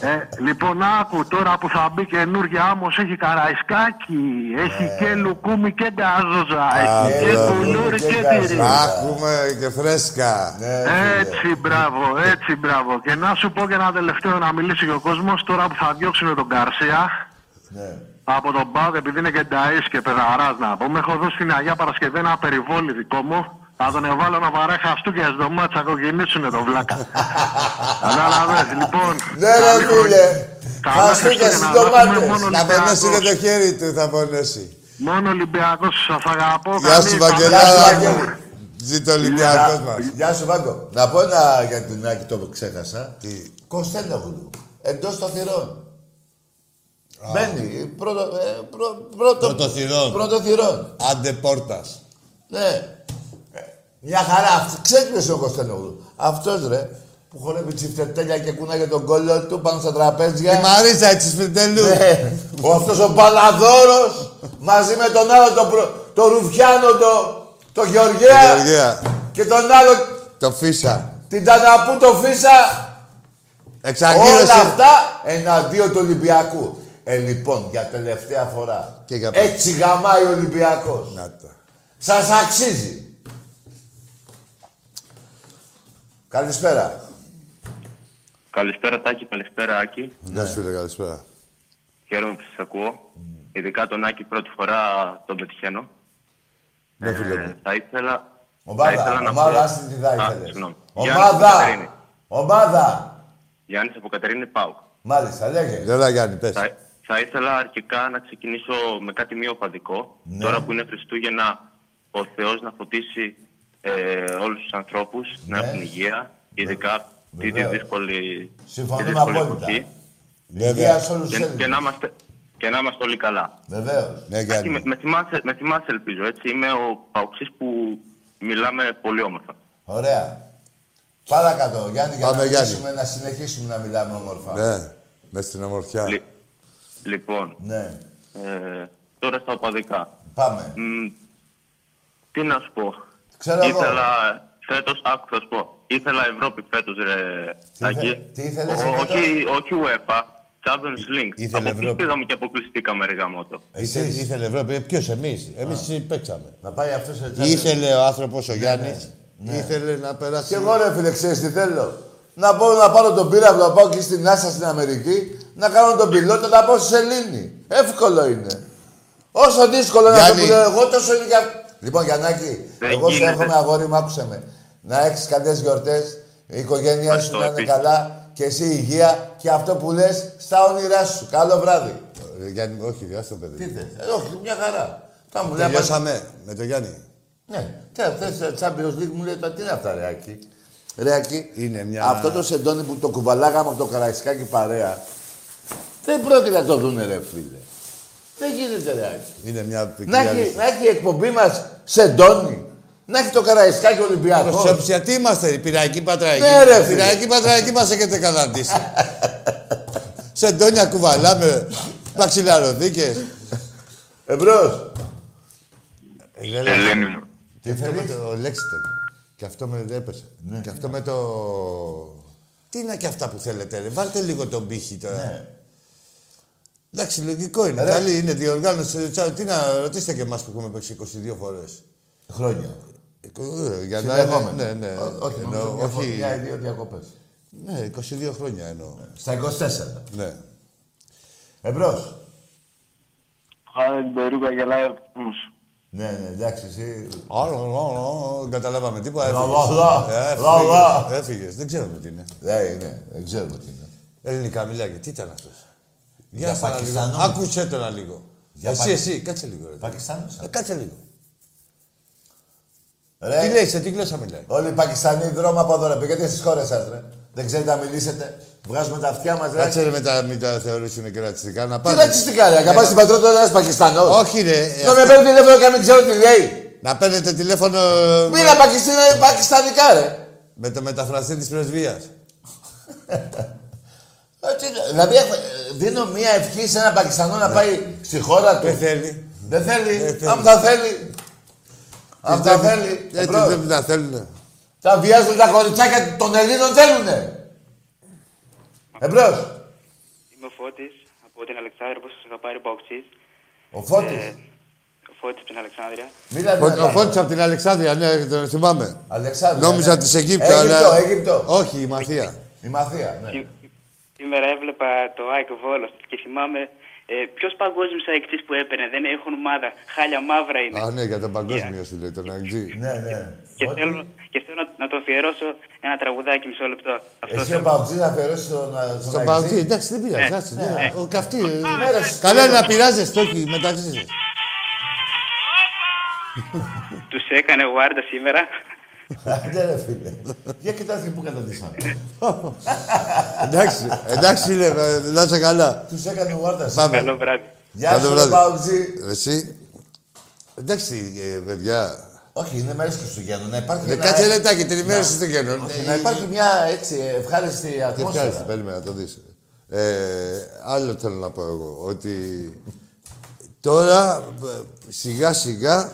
S5: Ε, λοιπόν, άκου τώρα που θα μπει καινούργια άμμος, έχει καραϊσκάκι, έχει και λουκούμι και γκάζοζα, έχει και
S1: Ε. βέβαια.
S5: κουλούρι
S1: Και
S5: και
S1: γκάζοζα.
S5: τυρί.
S2: Άκουμε και φρέσκα.
S1: Ναι, φίλε.
S5: Έτσι, μπράβο, έτσι, μπράβο. Και να σου πω και ένα τελευταίο να μιλήσει και ο κόσμος τώρα που θα διώξουν τον Καρσία
S1: Ναι.
S5: από τον Μπάδ, επειδή είναι και Νταή και Πεδαρά να πούμε. Έχω δώσει την Αγία Παρασκευή ένα περιβόλι δικό μου. Θα τον εβάλω να βαράει χαστούκια στο μάτσα, κοκκινήσουνε τον βλάκα. Κατάλαβες, λοιπόν.
S1: Ναι, ρε φίλε. Χαστούκια στις ντομάτες.
S5: μόνο
S2: Να πονέσει και
S5: Ολυμπιακός.
S2: το χέρι του, θα πονέσει.
S5: Μόνο Ολυμπιακός σας αγαπώ.
S2: Γεια
S5: καλή
S2: σου,
S1: Γεια
S2: Βαγγελάρα
S1: σου,
S2: μου.
S1: Βαγγέλη.
S2: Ζήτω ο Ολυμπιακός
S1: Να-
S2: μας.
S1: Γεια σου, Βάγκο. Να πω ένα για την Άκη, το ξέχασα. Κωνσταντινόγλου. Εντός των θυρών. Μπαίνει. Πρώτο, ε, πρω- πρώτο,
S2: Πρώτο θυρών.
S1: Πρώτο θυρών.
S2: Άντε πόρτας.
S1: Ναι. Ε, Μια χαρά. Αυτή- Ξέρεις ποιος είναι ο Κωνσταντινόγλου. Αυτός ρε που χορεύει τσιφτετέλια και κούναγε τον κόλλο του πάνω στα
S2: Η Ε,
S1: τραπέζια.
S2: Μαρίζα έτσι σπιρτελού.
S1: Ε, ο αυτός ο Παλαδόρος μαζί με τον άλλο τον, προ- τον Ρουφιάνο, τον, τον Γεωργέα,
S2: Γεωργία,
S1: και τον άλλο
S2: το φίσα.
S1: την Ταναπού, τον Φίσα, Όλα
S2: Εξαγγείλωσε.
S1: αυτά εναντίον του Ολυμπιακού. Ε, λοιπόν, για τελευταία φορά.
S2: Και για Ναι. πες.
S1: Έτσι γαμάει ο Ολυμπιακός.
S2: Να τα.
S1: Σας αξίζει. Καλησπέρα.
S4: Καλησπέρα, Τάκη, καλησπέρα, Άκη.
S2: Γεια σου Ναι, φίλε, καλησπέρα.
S4: Χαίρομαι που σας ακούω. Ειδικά τον Άκη πρώτη φορά τον πετυχαίνω.
S2: Ναι φίλε μου.
S4: Ε, θα ήθελα... θα ήθελα
S1: Ομάδα,
S4: να
S1: ομάδα,
S4: πω-
S1: άσε τη διδά
S4: Α,
S1: ήθελες.
S4: συγγνώμη. Γιάννης από
S1: Ομάδα,
S4: Κατερίνη.
S1: ομάδα.
S4: Γιάννης από Κατερίνη Πάουκ.
S1: Μάλιστα, λέγε.
S2: Έλα Γιάννη, πες.
S4: Θα, θα ήθελα αρχικά να ξεκινήσω με κάτι μη οπαδικό.
S1: Ναι.
S4: Τώρα που είναι Χριστούγεννα, ο Θεός να φωτίσει ε, όλους τους ανθρώπους να έχουν υγεία, ειδικά αυτή τη
S1: Ναι. Βεβαίως.
S4: δύσκολη, τη
S1: Συμφωνούμε
S4: δύσκολη
S1: απόλυτα.
S4: εποχή.
S2: Ναι,
S1: Υγεία σε όλους τους
S4: Και, και, να
S1: Έλληνες.
S4: είμαστε, και να είμαστε όλοι καλά.
S1: Βεβαίως.
S2: Ναι
S4: Άκη, με,
S2: Γιάννη.
S4: με, θυμάσαι, με θυμάσαι, ελπίζω, έτσι. Είμαι ο Παοξής που μιλάμε πολύ όμορφα.
S1: Ωραία. Παρακάτω, Γιάννη, για
S2: Πάμε,
S1: να,
S2: Γιάννη.
S1: αρχίσουμε να συνεχίσουμε να μιλάμε όμορφα.
S2: Ναι, μες στην ομορφιά.
S4: Λι- Λοιπόν,
S1: Ναι.
S4: ε, τώρα στα οπαδικά.
S1: Πάμε.
S4: Μ, Τι να σου πω.
S1: Ξέρω εγώ.
S4: Ήθελα φέτος, άκου θα σου πω. Ήθελα Ευρώπη φέτος, ρε Τάκη.
S1: τι ήθελες
S4: Ο-
S1: φέτος?
S4: Όχι, όχι UEFA. Champions League.
S2: Ήθελε Ευρώπη.
S4: Αποκλειστήκαμε και αποκλειστήκαμε, ρε γαμότο.
S2: Ήθελε, ήθελε Ευρώπη. Ποιος εμείς. Εμείς παίξαμε.
S1: Να πάει αυτός σε τσάντα.
S2: Ήθελε ο άνθρωπος
S1: Ναι,
S2: ο Ναι. Γιάννη. Ήθελε να περάσει.
S1: Και εγώ ρε φίλε, ξέρεις τι θέλω. Να μπορώ να πάρω τον πύραυλο, να πάω και στην Άσα στην Αμερική, να κάνω τον πιλότο, να πάω στη Σελήνη. Εύκολο είναι. Όσο δύσκολο να το
S2: Γιάννη.
S1: που λέω εγώ, τόσο είναι και αυ- Λοιπόν, Γιαννάκη,
S4: Δεν
S1: εγώ σου
S4: γίνεται.
S1: εύχομαι αγόρι μου, άκουσε με. Να έχεις καλές γιορτές, η οικογένειά σου
S4: Ευχαριστώ,
S1: να είναι
S4: επίσης.
S1: καλά και εσύ υγεία και αυτό που λες στα όνειρά σου. Καλό βράδυ.
S2: Ρε Γιάννη, όχι, διάστο παιδί.
S1: Τι θες, ε, όχι, μια χαρά. Τα μου λέει,
S2: Τελειώσαμε με τον Γιάννη.
S1: Ναι, τώρα θε Champions League μου λέει τώρα τι είναι αυτά, Ρεάκι. Ρεάκι,
S2: Είναι μια-
S1: αυτό το σεντόνι που το κουβαλάγαμε από το καραϊσκάκι παρέα, δεν πρόκειται να το δούνε, ρε φίλε. Δεν γίνεται, Ρεάκι.
S2: Είναι μια
S1: Να
S2: ποικιλία.
S1: έχει, να έχει η εκπομπή μας σεντόνι, να έχει το καραϊσκάκι Ολυμπιακό.
S2: Προσώψια, τι είμαστε, η πυραϊκή πατραϊκή.
S1: Ναι, ρε, φίλε.
S2: πυραϊκή πατραϊκή μας έχετε καταντήσει. Σε ντόνια κουβαλάμε, παξιλαροδίκε. Ε,
S1: Εμπρός.
S4: Ελένη μου.
S2: Τι θέλει. Το λέξτε. Και αυτό με έπεσε. Και αυτό με το. Τι είναι και αυτά που θέλετε, ρε. Βάλτε λίγο τον πύχη τώρα. Εντάξει, λογικό είναι. Καλή είναι διοργάνωση. Τσα- Τι να ρωτήστε και εμάς που έχουμε παίξει 22 φορές.
S1: Χρόνια.
S2: Για να είναι.
S1: Συνεχόμενη.
S2: Ναι, ναι.
S1: Ό, όχι,
S2: Εννοώ,
S1: νομίζω μια
S2: όχι.
S1: φορά ή δύο διακοπές.
S2: Ναι, 22 χρόνια εννοώ.
S1: Στα 24.
S2: Ναι.
S1: Εμπρός.
S5: Χάρη την περούκα γελάει ο
S1: Ναι, ναι, εντάξει, εσύ.
S2: Άλλο, άλλο, δεν καταλάβαμε τίποτα.
S1: Λα,
S2: έφυγες.
S1: λα, λα.
S2: Ε, έφυγες,
S1: Λα, λα.
S2: Έφυγες, δεν ξέρουμε τι είναι.
S1: Ναι, ναι, δεν ξέρουμε τι είναι.
S2: Ελληνικά μιλάει και τι ήταν αυτός. Για
S1: Για
S2: να ένα λίγο.
S1: Πακιστανό.
S2: Άκουσε τώρα λίγο.
S1: Για
S2: εσύ,
S1: Πακι-
S2: εσύ, κάτσε λίγο. Ρε.
S1: Πακιστάνος.
S2: Ε, κάτσε λίγο.
S1: Ρε,
S2: Τι λέεις, σε τι γλώσσα μιλάει.
S1: Όλοι οι Πακιστανοί δρόμο από εδώ, ρε. Πήγαινε στις χώρες σας, ρε. Δεν ξέρετε να μιλήσετε. Βγάζουμε τα αυτιά μας, ρε.
S2: Κάτσε ρε, με τα, μην τα θεωρήσουν και ρατσιστικά να
S1: Τι
S2: πάνε.
S1: ρατσιστικά, ρε. Αγαπάς την πατρότητα ένας Πακιστανός.
S2: Όχι ρε, Ναι. ε,
S1: Να με παίρνει τηλέφωνο και να μην ξέρω τι λέει.
S2: να παίρνετε τηλέφωνο ε,
S1: Μίλα Πακιστίνα, Πακιστανικά, ρε.
S2: με το μεταφραστή της πρεσβείας.
S1: Ε, τι- Δηλαδή, έχω- ε, δίνω μία ευχή σε έναν Πακιστανό
S2: Ναι.
S1: να πάει στη χώρα
S2: Δεν
S1: του.
S2: θέλει.
S1: Δεν
S2: Δεν
S1: θέλει.
S2: Ε, θέλει.
S1: Αν τα θέλει. Αν τα
S2: Δεν-
S1: θέλει.
S2: Ε,
S1: εμπρός.
S2: Δεν τα θέλουν.
S1: Τα βιάζουν τα κοριτσάκια των Ελλήνων θέλουνε. Εμπρός.
S6: Είμαι ο Φώτης από την Αλεξάνδρεια που σας αγαπάει ο Παοξής.
S1: Ο Φώτης.
S6: ο Φώτης από την Αλεξάνδρεια.
S1: Μίλα
S2: Ο
S1: δυνατά.
S2: Φώτης από την Αλεξάνδρεια, ναι, τον θυμάμαι.
S1: Αλεξάνδρεια.
S2: Νόμιζα
S1: ναι.
S2: της Αιγύπτου,
S1: Αίγυπτο,
S2: αλλά...
S1: Αίγυπτο.
S2: Όχι, η Μαθία.
S1: Η Μαθία, ναι.
S6: Σή- Σήμερα έβλεπα το ΑΕΚ Βόλος και θυμάμαι ε, ποιος παγκόσμιος αεκτής που έπαιρνε. Δεν έχουν ομάδα. Χάλια μαύρα είναι.
S2: Α, ναι, για τον παγκόσμιο σου λέει, τον Αγγλί.
S1: Ναι, ναι.
S6: και,
S1: Ότι-
S6: θέλω, και θέλω να, να το αφιερώσω ένα τραγουδάκι μισό λεπτό. Αυτό
S1: Εσύ ο Παουτζής να αφαιρώσεις τον, στον
S2: Στον
S1: Αεξή.
S2: Παουτζή, εντάξει, δεν πειράζει. άσε, ναι. Ο καυτή. ε, Καλά να πειράζεστε, όχι μεταξύ σας.
S6: τους έκανε ο Άρντα σήμερα.
S1: Άντε ρε φίλε. Για κοιτάξτε που καταντήσαμε.
S6: Ε.
S2: Εντάξει, εντάξει, είναι, ε, να είσαι καλά.
S1: Τους έκανε ο Άρτας.
S2: Πάμε.
S6: Καλό βράδυ.
S1: Γεια
S2: Καλό
S1: σου ρε
S2: βράδυ.
S1: Παουτζή.
S2: Εσύ. Εντάξει, ε, παιδιά.
S1: Όχι, είναι μέρες Χριστουγέννων. Να υπάρχει
S2: Ε,
S1: ένα-
S2: Κάτσε λεπτάκι, την ημέρα σου δεν Ε, καινούν.
S1: να υπάρχει μια έτσι ευχάριστη
S2: Και πιάρισε,
S1: ατμόσφαιρα.
S2: περίμενα, να το δεις. Ε, άλλο θέλω να πω εγώ, ότι τώρα ε, σιγά σιγά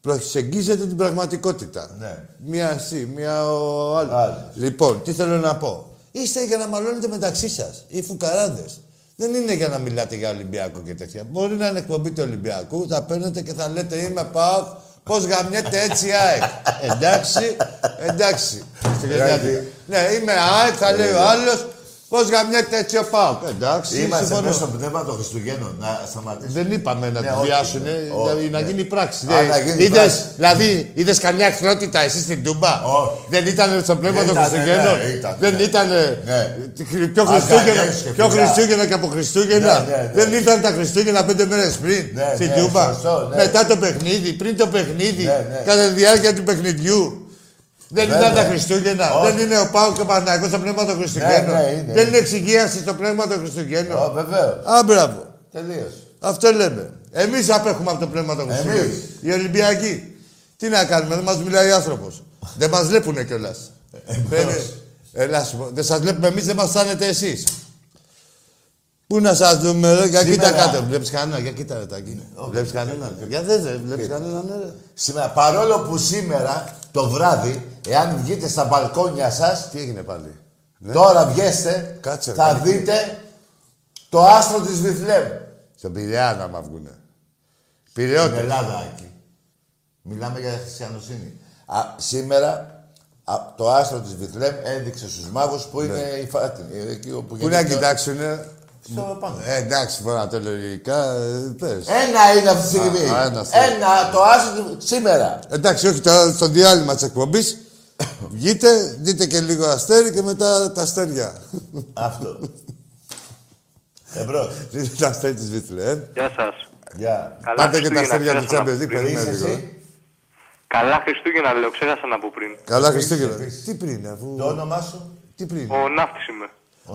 S2: προσεγγίζεται την πραγματικότητα.
S1: Ναι.
S2: Μία εσύ, μία ο άλλος.
S1: Άλλος.
S2: Λοιπόν, τι θέλω να πω. Είστε για να μαλώνετε μεταξύ σας, οι φουκαράδες. Δεν είναι για να μιλάτε για Ολυμπιακό και τέτοια. Μπορεί να είναι εκπομπή του Ολυμπιακού, θα παίρνετε και θα λέτε είμαι πάω. Πώς γαμιέται έτσι η ΑΕΚ. Εντάξει, εντάξει. Στην Κυριακή. ναι, είμαι ΑΕΚ, θα λέει ο άλλος. Πώς γαμιέται έτσι ο Πάοκ. Εντάξει,
S1: Είμαστε
S2: συμφωνώ.
S1: μέσα στο πνεύμα των Χριστουγέννων. Να σταματήσουμε.
S2: Δεν είπαμε να
S1: Ναι,
S2: τη
S1: όχι,
S2: βιάσουνε,
S1: ναι.
S2: να-
S1: Όχι,
S2: να
S1: ναι.
S2: γίνει πράξη.
S1: Α,
S2: Δεν-
S1: να γίνει
S2: είδες-
S1: πράξη.
S2: Δηλαδή, είδες καμιά εχθρότητα εσύ στην Τούμπα.
S1: Όχι.
S2: Δεν ήταν στο πνεύμα
S1: Δεν
S2: των
S1: ήτανε,
S2: Χριστουγέννων.
S1: ναι, ήτανε,
S2: Δεν
S1: ναι.
S2: ήταν.
S1: Ναι.
S2: Πιο, Χριστούγεννα,
S1: Αγκαλιές και
S2: πιο
S1: φιλιά.
S2: Χριστούγεννα και από Χριστούγεννα.
S1: Ναι, ναι, ναι.
S2: Δεν ήταν τα Χριστούγεννα πέντε μέρες πριν
S1: Ναι,
S2: στην
S1: ναι,
S2: Τούμπα.
S1: σωστό, ναι.
S2: Μετά το παιχνίδι, πριν το παιχνίδι,
S1: Ναι, ναι.
S2: κατά τη διάρκεια του παιχνιδιού. Δεν
S1: Βέβαια.
S2: ήταν τα Χριστούγεννα.
S1: Όχι.
S2: Δεν είναι ο Πάο και ο Παναγιώ στο πνεύμα των Χριστουγέννων.
S1: ναι, είναι.
S2: Δεν είναι εξυγίαση στο πνεύμα των
S1: Ω,
S2: Χριστουγέννων.
S1: Βεβαίως.
S2: Α, μπράβο.
S1: Τελείως.
S2: Αυτό λέμε. Εμείς απέχουμε από το πνεύμα των Χριστουγέννων.
S1: Εμείς.
S2: Οι Ολυμπιακοί. Τι να κάνουμε, δεν μας μιλάει άνθρωπος. δεν μας βλέπουνε κιόλας. Ελά, δεν σας βλέπουμε εμείς, δεν μας στάνετε εσείς. Πού να σας δούμε, ρε, για κοίτα
S1: Σήμερα. Ναι,
S2: κάτω. Βλέπεις κανένα, για κοίτα ρε, τάκι. Βλέπεις κανένα. Για δεν δε, βλέπεις κανένα, ναι, ρε.
S1: Σήμερα, παρόλο που σήμερα το βράδυ, εάν βγείτε στα μπαλκόνια σας,
S2: Τι έγινε πάλι. Ναι.
S1: τώρα βγέστε,
S2: Κάτσε,
S1: θα
S2: καλή.
S1: δείτε το άστρο της Βιθλέμ.
S2: Στον Πειραιά να μ' βγούνε.
S1: Στην
S2: Πειραιώτη.
S1: Ελλάδα, εκεί. Μιλάμε για χριστιανοσύνη. Α, σήμερα α, το άστρο της Βιθλέμ έδειξε στους μάγους που είναι η Φάτινη. Εκεί όπου
S2: Ναι. Πού να
S1: γεννήθηκε ο-
S2: κοιτάξουνε.
S1: Στο πάνω.
S2: Ε, εντάξει, φορά το λογικά, ε, πες.
S1: Ένα είναι αυτή τη στιγμή.
S2: Α, ένα αυτό.
S1: Ένα, το άστρο του- σήμερα.
S2: Εντάξει, όχι τώρα στο διάλειμμα της εκπομπής. Βγείτε, δείτε και λίγο αστέρι και μετά τα αστέρια.
S1: Αυτό. Ε, Εμπρός.
S2: Δείτε τα αστέρια της Βιτλέμ.
S7: Γεια σας.
S1: Γεια.
S7: Καλά
S2: Πάρτε και τα
S7: Χριστούγεννα,
S2: αστέρια του
S7: ξέχασα να
S2: Champions League,
S7: πω πριν.
S2: περιμένω
S1: Είσαι
S2: λίγο. ε.
S1: εσύ.
S7: Καλά Χριστούγεννα, λέω, ξέχασα να πω πριν.
S2: Καλά Χριστούγεννα.
S1: Επίσης.
S2: Τι πριν, αφού.
S1: Το όνομά σου.
S2: Τι πριν.
S7: Ο Ναύτης είμαι.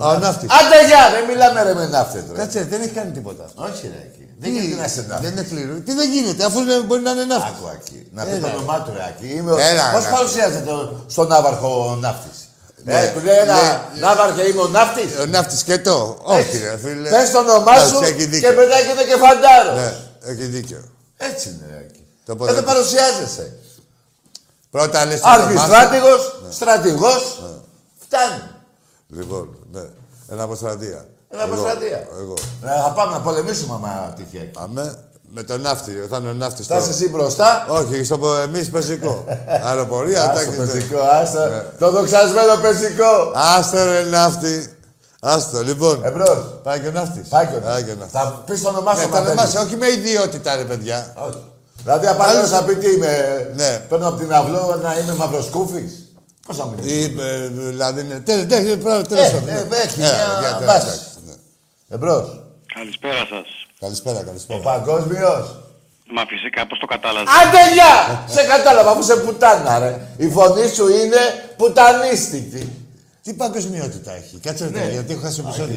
S2: Α, ο ναύτης.
S1: Άντε γεια, δεν μιλάμε ρε με ναύτες τώρα.
S2: Κάτσε, δεν έχει κάνει τίποτα.
S1: Όχι ρε εκεί. Δεν γίνεται να είσαι ναύτης.
S2: Δεν είναι φλήρου. Τι δεν γίνεται, αφού δεν μπορεί να είναι ναύτης.
S1: Άκου εκεί. Να πει το όνομά του ρε εκεί. Είμαι ο-
S2: Έλα,
S1: Πώς
S2: να-
S1: παρουσιάζεται το- στον Ναύαρχο ο ναύτης. Ε,
S2: Ναι.
S1: του λέει ένα
S2: Ναι.
S1: Ναύαρχε είμαι ο ναύτης.
S2: Ο ναύτης Ε, και το. Όχι, ρε φίλε.
S1: Πες το όνομά
S2: Εντάξει,
S1: σου
S2: Έχει
S1: και
S2: δίκιο.
S1: μετά γίνεται και φαντάρο.
S2: Ναι, έχει δίκιο.
S1: Έτσι είναι ρε εκεί.
S2: Το
S1: Δεν το
S2: αποδέχομαι.
S1: παρουσιάζεσαι.
S2: Πρώτα λες.
S1: Αρχιστράτηγος, στρατηγός. Φτάνει.
S2: Λοιπόν, ναι. Ένα αποστρατεία.
S1: Ένα
S2: Εγώ,
S1: αποστρατεία.
S2: Εγώ.
S1: Να θα πάμε να πολεμήσουμε άμα τύχει. εκεί.
S2: Αμέ, με τον ναύτη, θα είναι ο ναύτης.
S1: Θα είσαι εσύ μπροστά.
S2: Όχι, στο εμείς πεζικό. Αεροπορία,
S1: Άστο
S2: τάξη.
S1: πεζικό, άστο. Το δοξασμένο πεζικό.
S2: Άστο ρε ναύτη. Άστο, λοιπόν.
S1: Εμπρός.
S2: Πάει και ο ναύτης.
S1: Ε, Πάει και ο ναύτης.
S2: ναύτης.
S1: Θα πεις το όνομά σου.
S2: Ναι, τα
S1: μαθαίνεις.
S2: ονομάσαι, όχι με ιδιότητα ρε παιδιά.
S1: Όχι. Δηλαδή απάντησε
S2: Άλλος-
S1: να πει τι είμαι.
S2: Ναι.
S1: Παίρνω από την αυλό να είμαι μαυροσκούφης. Πώς θα μιλήσει.
S2: Ή, ε, δηλαδή, ναι. Τέλος, τέλος, πράγμα, τέλος.
S1: Ε,
S2: πάντων,
S1: ε,
S2: ναι.
S1: έχει
S2: Ναι,
S1: μια
S2: για τέλος,
S1: βάση.
S2: εντάξει, ναι.
S1: Εμπρός.
S4: Καλησπέρα σας.
S2: Καλησπέρα,
S1: Ε, Ο
S2: καλησπέρα.
S1: παγκόσμιος.
S4: Μα φυσικά, πώς το κατάλαβα.
S1: Άντε γεια! Σε κατάλαβα, αφού σε πουτάνα ρε. Η φωνή σου είναι πουτανίστικη.
S2: Τι παγκοσμιότητα έχει, κάτσε ρε
S1: Ναι.
S2: γιατί έχω χάσει επεισόδιο.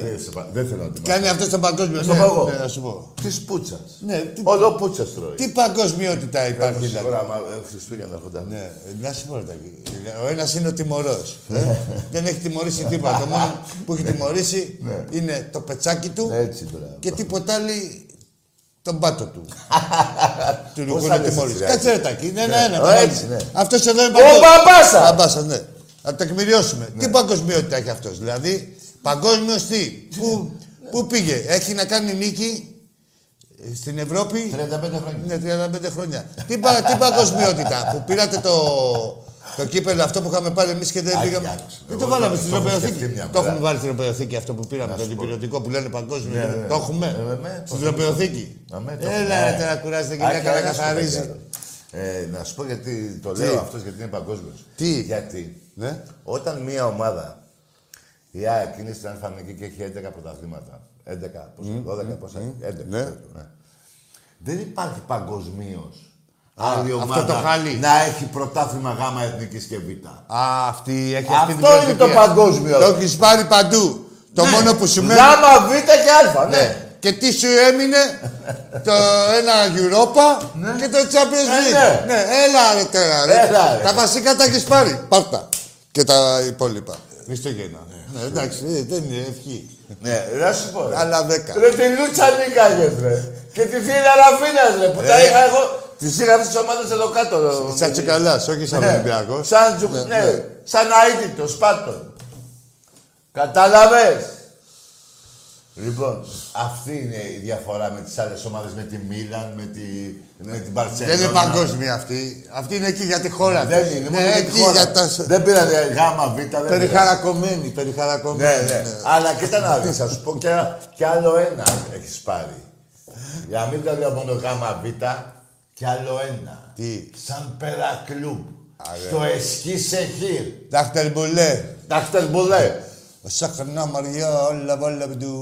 S1: Δεν θέλω να την
S2: Κάνει αυτό στον παγκόσμιο.
S1: το
S2: ναι,
S1: πω εγώ.
S2: ναι, να σου πω.
S1: Της πούτσας.
S2: Ναι, τι-
S1: Όλο πούτσας τρώει.
S2: Τι παγκοσμιότητα υπάρχει, δηλαδή.
S1: Τώρα, μα, ε, Χριστούγεννα κοντά.
S2: Ναι, να σου πω Ρωτάκη. Ο ένας είναι ο τιμωρός. Δεν έχει τιμωρήσει τίποτα. Το μόνο που
S1: Ναι.
S2: έχει τιμωρήσει είναι το πετσάκι του
S1: Έτσι, μπράβο.
S2: και τίποτα άλλη τον πάτο του. του
S1: Πώς
S2: λουκού
S1: θα
S2: να
S1: λες
S2: τιμωρήσει.
S1: εσύ,
S2: Κάτσε ρε τάκι, είναι ένα ένα.
S1: Ω, έτσι, ναι.
S2: Αυτός εδώ είναι
S1: Ο μπαμπάσα!
S2: Μπαμπάσα, ναι. Να το τεκμηριώσουμε.
S1: Ναι.
S2: Τι παγκοσμιότητα έχει αυτός, δηλαδή. Παγκόσμιος τι, πού, πού πήγε, έχει να κάνει νίκη ε, στην Ευρώπη.
S1: 35 χρόνια.
S2: Ναι, 35 χρόνια. τι, πα, τι παγκοσμιότητα που πήρατε το, το κύπελο αυτό που είχαμε πάρει εμείς και δεν
S1: Άκη,
S2: πήγαμε.
S1: άκουσε.
S2: Δεν το
S1: Εγώ
S2: βάλαμε
S1: το-
S2: στην
S1: το έχω
S2: τροπεοθήκη.
S1: σκεφτεί μια
S2: Το
S1: φορά.
S2: έχουμε βάλει στην τροπεοθήκη αυτό που πήραμε, το διπυρωτικό που λένε
S1: Ναι,
S2: παγκόσμιο. Το έχουμε.
S1: Ε, με,
S2: Στην
S1: το-
S2: τροπεοθήκη.
S1: Να με, το-
S2: Έλα
S1: ναι.
S2: ρε τώρα κουράζεται
S1: Άκη,
S2: και
S1: να σου πω
S2: καλά
S1: κάτι
S2: καθαρίζει.
S1: άλλο. Ε, να σου πω γιατί το λέω αυτό γιατί είναι παγκόσμιος.
S2: Τι?
S1: Γιατί
S2: Ναι.
S1: όταν μια ομάδα, η ΑΕΚ είναι στην Αλφανική και έχει 11 πρωταθλήματα. 11, πόσα, 12, πόσα, 11.
S2: Ναι.
S1: ναι. Δεν υπάρχει παγκοσμίως άλλη
S2: αυτό
S1: ομάδα
S2: το χάλι.
S1: να έχει πρωτάθλημα γάμα εθνικής και β.
S2: Α, αυτή έχει αυτή την
S1: Αυτό είναι το
S2: πλειοψηφία.
S1: παγκόσμιο. Ναι.
S2: Το έχεις πάρει παντού. Το μόνο που σου μένει.
S1: Γάμα, β και α. Ναι.
S2: Και τι σου έμεινε το ένα Europa και το Champions
S1: Ε,
S2: League.
S1: ναι.
S2: Ναι, έλα ρε τώρα. Ρε.
S1: Έλα, ρε.
S2: Τα βασικά τα έχεις πάρει. Πάρτα. Και τα υπόλοιπα. Χριστούγεννα. Ναι, εντάξει, ε, δεν είναι ευχή.
S1: Ναι, να σου πω. ρε.
S2: Άλλα δέκα.
S1: Ρε τη Λούτσα νίκαγες ρε. Και τη φίλη Αραφίνας ρε που τα
S2: Ε.
S1: είχα εγώ. Τις είχα αυτές τις ομάδες εδώ κάτω. ρε.
S2: Σαν τσικαλάς, όχι σαν
S1: Ναι.
S2: Ολυμπιακός.
S1: Σαν τζου...
S2: Ναι,
S1: ναι,
S2: ναι.
S1: Σαν αίτητος, σπάτο. Κατάλαβες. Λοιπόν, αυτή είναι η διαφορά με τις άλλες ομάδες, με τη Μίλαν, με, τη, με την Μπαρτσελόνα.
S2: Δεν είναι παγκόσμια αυτή. Αυτή είναι εκεί για τη χώρα.
S1: Δεν
S2: της.
S1: είναι, μόνο
S2: ναι,
S1: για τη
S2: εκεί
S1: χώρα.
S2: για τα.
S1: Δεν πήρανε γάμα, β, δεν πήρανε.
S2: Περιχαρακωμένη, περιχαρακωμένη.
S1: Ναι, ναι. Αλλά κοίτα να δεις, θα σου πω και, και άλλο ένα έχεις πάρει. Για να μην τα λέω μόνο γάμα β, και άλλο ένα.
S2: Τι.
S1: Σαν περακλούμπ. Στο εσκί σεχίρ.
S2: Δάχτερ Μπουλέ.
S1: Ντάχτερ μπουλέ.
S2: الصخرنا مريا ولا ولا بدو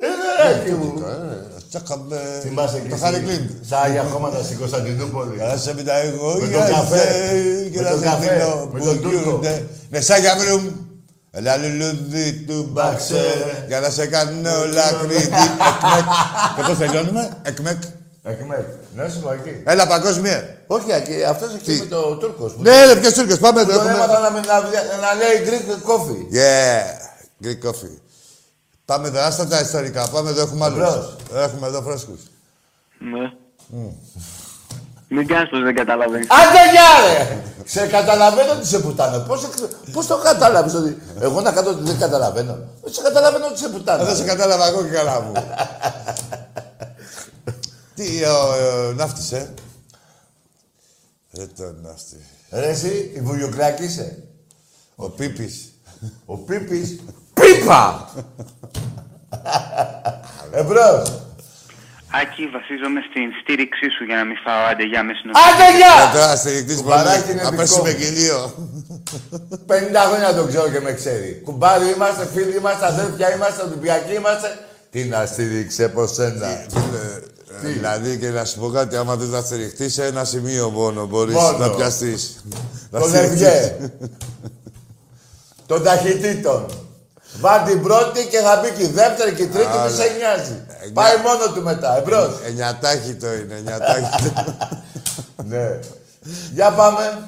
S1: Είναι ρε, εκεί μου.
S2: Ε, الثقب
S1: Ε, Θυμάσαι εκεί.
S2: تخالقين
S1: στη- Στα Άγια Χώματα στην Κωνσταντινούπολη.
S2: هسه بدها
S1: Με
S2: يقول
S1: τον
S2: يا
S1: καφέ.
S2: زين
S1: Με τον καφέ. Με τον Τούρκο.
S2: مساج عمرهم لا للذي تباكسر قال سكنه لا كريدي اكمك كتو سجلنا اكمك
S1: Εκμέτ. Ναι, σου πω εκεί.
S2: هلا παγκόσμια
S1: Όχι, εκεί. αυτός
S2: Τι.
S1: εκεί με το Τούρκος. που
S2: ναι ρε ποιος Τούρκος πάμε το
S1: Τον
S2: έχουμε
S1: έμαθα να, με- να, να λέει Greek coffee.
S2: yeah Greek coffee Πάμε εδώ, άστα τα ιστορικά. Πάμε εδώ, έχουμε άλλους.
S1: Μπρος.
S2: Έχουμε εδώ φρέσκους.
S5: Ναι. Μην κάνεις πως δεν
S1: Ναι.
S5: καταλαβαίνεις.
S3: Άντε γεια ρε!
S1: Σε καταλαβαίνω ότι σε πουτάνω. Πώς, εξ- πώς το κατάλαβες ότι... Εγώ να κάτω ότι δεν καταλαβαίνω. Σε καταλαβαίνω ότι σε
S2: Εδώ
S1: πουτάνω.
S2: σε κατάλαβα εγώ και καλά μου. Τι, ο, ε, ναύτης, ε. Ρε τον ναύτη.
S1: Ρε εσύ, η Βουγιουκλάκη είσαι.
S2: Ο Πίπης.
S1: Ο Πίπης. Πίπα! Εμπρός.
S6: Άκη, βασίζομαι στην στήριξή σου για να μην φάω άντε για με συνοχή.
S3: Άντε
S2: Ε,
S3: γεια!
S2: Τώρα στηρικτής μπορεί
S1: Κουμπαράκι είναι
S2: να πέσει
S1: δικό
S2: με
S1: μου.
S2: κοιλίο.
S1: 50 χρόνια τον ξέρω και με ξέρει. Κουμπάρι είμαστε, φίλοι είμαστε, αδέρφια είμαστε, Ολυμπιακοί είμαστε. Τι να στήριξε από σένα.
S2: Ε, Δηλαδή και να σου πω κάτι, άμα δεν τα στηριχτείς σε ένα σημείο μόνο μπορείς
S1: Μόνο.
S2: να πιαστείς.
S1: Τον Ευγέ. Τον ταχυτήτων. Βά την πρώτη και θα μπει και η δεύτερη και η τρίτη,
S2: Άρα.
S1: δεν σε νοιάζει.
S2: Ε,
S1: Πάει μόνο του μετά, εμπρός.
S2: Εννιατάχητο είναι, εννιατάχητο.
S1: ναι. Για πάμε.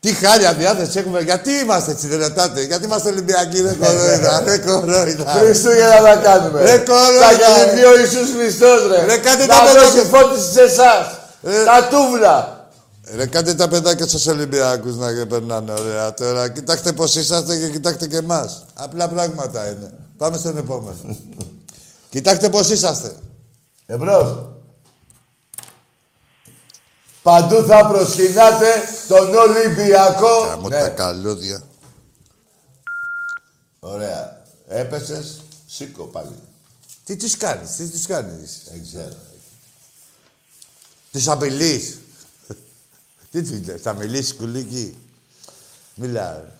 S2: Τι χάλια διάθεση έχουμε, γιατί είμαστε έτσι, δεν ρωτάτε. Γιατί είμαστε Ολυμπιακοί, ρε κορόιδα, ρε κορόιδα.
S1: Χριστούγεννα θα κάνουμε.
S2: Ρε κορόιδα,
S1: Θα
S2: ρε.
S1: γεννηθεί ο Ιησούς Χριστός, ρε.
S2: Ρε, κάντε
S1: να
S2: τα παιδιά
S1: δώσει
S2: σας.
S1: φώτιση σε εσάς.
S2: Ε.
S1: Τα τούβλα.
S2: Ρε κάντε τα παιδάκια στους Ολυμπιακούς να περνάνε ωραία τώρα. Κοιτάξτε πώς είσαστε και κοιτάξτε και εμάς. Απλά πράγματα είναι. Πάμε στον επόμενο. κοιτάξτε πώς είσαστε.
S1: Εμπρός. Παντού θα προσκυνάτε τον Ολυμπιακό.
S2: Καμώ
S1: Ναι.
S2: τα καλούδια.
S1: Ωραία. Έπεσες, σήκω πάλι.
S2: Τι τους κάνεις, τι τους κάνεις.
S1: Δεν ξέρω.
S2: Τους απειλείς. τι τους λες, θα μιλήσεις κουλίκι. Μιλά. ρε.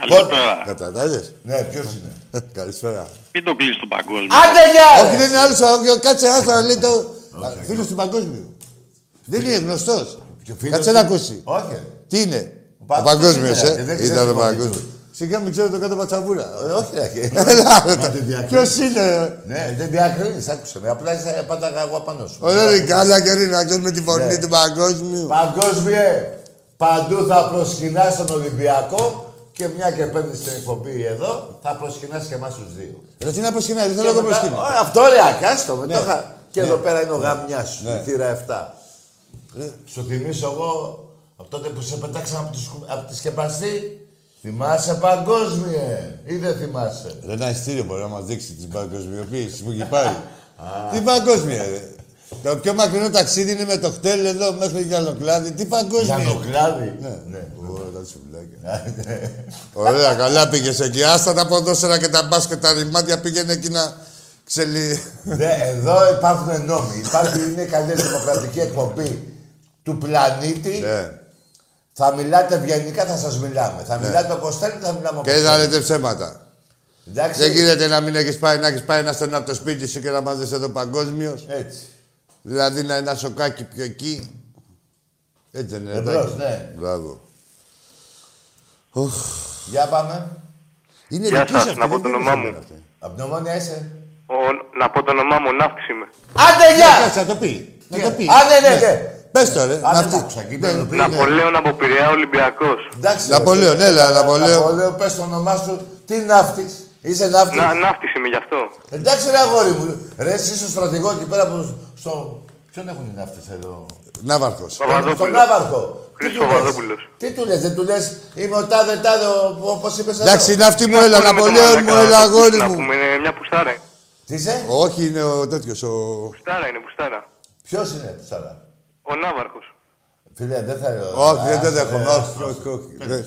S7: Καλησπέρα.
S2: Καταλάβες.
S1: Ναι, ποιος είναι.
S2: Καλησπέρα.
S7: Μην το κλείσεις τον παγκόσμιο.
S3: Άντε γεια
S2: Όχι,
S3: ρε!
S2: δεν είναι άλλος, όχι, κάτσε άστα, λέει το... Φίλος του παγκόσμιου. Δεν είναι γνωστός.
S1: Ποιο φίλος
S2: Κάτσε να
S1: είναι.
S2: ακούσει.
S1: Όχι.
S2: Τι είναι. Ο
S1: Πα-
S2: παγκόσμιος,
S1: δεν
S2: ε.
S1: ξέρω, δεν
S2: Ήταν
S1: ξέρω
S2: ο
S1: τι είναι.
S2: παγκόσμιος. Σιγά μην ξέρω το κάτω πατσαβούρα.
S1: Ε, Όχι, ρε.
S2: Έλα,
S1: Μα δεν
S2: ρε.
S1: διακρίνεις.
S2: Ποιος είναι.
S1: Ναι, δεν διακρίνεις, άκουσε με. Απλά είσαι πάταγα εγώ απάνω σου.
S2: Ωραία, ρε, καλά και ρε, να ξέρουμε τη φωνή
S1: Ναι.
S2: του παγκόσμιου.
S1: Παγκόσμιε, παντού θα προσκυνάς τον Ολυμπιακό και μια και παίρνεις την εκπομπή εδώ, θα προσκυνάς και εμάς τους δύο.
S2: Ρε, τι να προσκυνάει, δεν θέλω να το
S1: Και μετά-
S2: προσκυνάει.
S1: Ωραία, Αυτό ρε, ακάστο
S2: Ναι.
S1: με. το είχα. Και εδώ πέρα είναι ο γαμιάς σου, η θύρα 7.
S2: Ναι.
S1: Σου θυμίσω εγώ, από τότε που σε πετάξαμε από τη σκεπαστή, θυμάσαι παγκόσμιε ή δεν θυμάσαι.
S2: Ρε, ένα ειστήριο μπορεί να μας δείξει την παγκοσμιοποίηση που έχει πάρει. Τι παγκόσμια, ρε. Το πιο μακρινό ταξίδι είναι με το χτέλ εδώ μέχρι Γιαννοκλάδη. Τι παγκόσμια.
S1: Γιανοκλάδη.
S2: Ναι, ωραία, σουβλάκια.
S1: Ναι.
S2: Ωραία, καλά πήγες εκεί. Άστα τα ποδόσφαιρα και τα μπάσκετ, τα ρημάτια πήγαινε εκεί να ξελί.
S1: Ναι, εδώ υπάρχουν νόμοι. Υπάρχει είναι η καλύτερη δημοκρατική εκπομπή του πλανήτη.
S2: Ναι.
S1: Θα μιλάτε ευγενικά, θα σας μιλάμε. Θα μιλάτε όπως θέλετε, θα μιλάμε όπως
S2: Και
S1: θέλετε.
S2: να λέτε Ναι, ψέματα.
S1: Εντάξει.
S2: Δεν γίνεται να μην έχεις πάει, να έχεις πάει ένα στενό από το σπίτι σου και να μάζεσαι εδώ παγκόσμιος.
S1: Έτσι.
S2: Δηλαδή να είναι ένα σοκάκι πιο εκεί. Έτσι δεν είναι.
S1: Εμπρός,
S2: εντάξει.
S1: ναι.
S2: Μπράβο.
S1: Για πάμε.
S2: Είναι
S7: Γεια
S2: δική
S7: σας,
S2: αυτή,
S7: να
S2: δεν
S7: πω το
S2: είναι
S7: όνομά
S2: δική
S7: μου.
S2: αυτή.
S1: Απ' νομόνια είσαι.
S7: Ο- Να πω το όνομά μου, Ναύξ είμαι.
S3: Άντε γεια!
S1: Ναι,
S2: Κάτσε να το πει. Να το πει.
S3: Α, ναι, ναι, ναι.
S2: Πες το ρε.
S1: Α,
S2: Να
S1: δεν
S2: πει.
S1: τα άκουσα, εκεί πρέπει να το πει. Ναι.
S7: Ναπολέων από Πειραιά Ολυμπιακός.
S1: Εντάξει.
S2: Ναπολέον, έλα, Ναπολέον.
S1: Ναπολέον, πες το όνομά σου. Τι ναύτης. Είσαι ναύτης.
S5: ναι.
S7: Να, ναύτης είμαι γι' αυτό.
S1: Εντάξει, ρε αγόρι μου. Ρε, εσύ είσαι στρατηγός εκεί πέρα από στο. Ποιον έχουν οι ναύτες εδώ.
S2: Ναύαρχος.
S1: Στον
S7: Παπαδόπουλος.
S1: Ναύαρχο. Τι
S7: Χρήστος
S1: του λες?
S7: Παπαδόπουλος.
S1: Τι του λες, δεν του λες, είμαι ο τάδε τάδε, όπως είπες εδώ.
S2: Εντάξει, είναι αυτή μου, έλα,
S7: Πού να με το
S2: Ναπολέον μου,
S7: μαλάκα,
S2: έλα,
S7: να
S2: αγόρι
S7: πούμε,
S2: μου.
S7: Είναι μια πουστάρα. ε.
S1: Τι είσαι,
S2: Όχι, είναι ο τέτοιος, ο...
S7: Πουστάρα είναι, πουστάρα.
S1: ποιος είναι που σαρά.
S7: Ο Ναύαρχος.
S1: Φίλε, δεν θα.
S2: Όχι, δεν το
S1: Άσε,
S2: δέχομαι.
S1: ε,
S2: όχι, όχι, όχι. Δεν-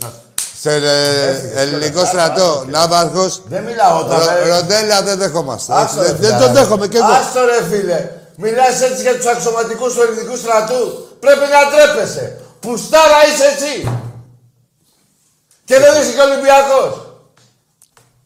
S2: Σε ε, ελληνικό στρατό, Ναύαρχος,
S1: Δεν μιλάω
S2: ρο-
S1: τώρα. ρε.
S2: ροντέλα δεν δεχόμαστε.
S1: Άστο,
S2: Δεν-
S1: ρε,
S2: Δεν
S1: φιλαράκι.
S2: το δέχομαι και εγώ.
S1: Άστο ρε φίλε. Μιλάς έτσι για τους αξιωματικούς του ελληνικού στρατού. Πρέπει να τρέπεσαι. Πουστάρα είσαι εσύ. Και δεν είσαι και Ολυμπιακός.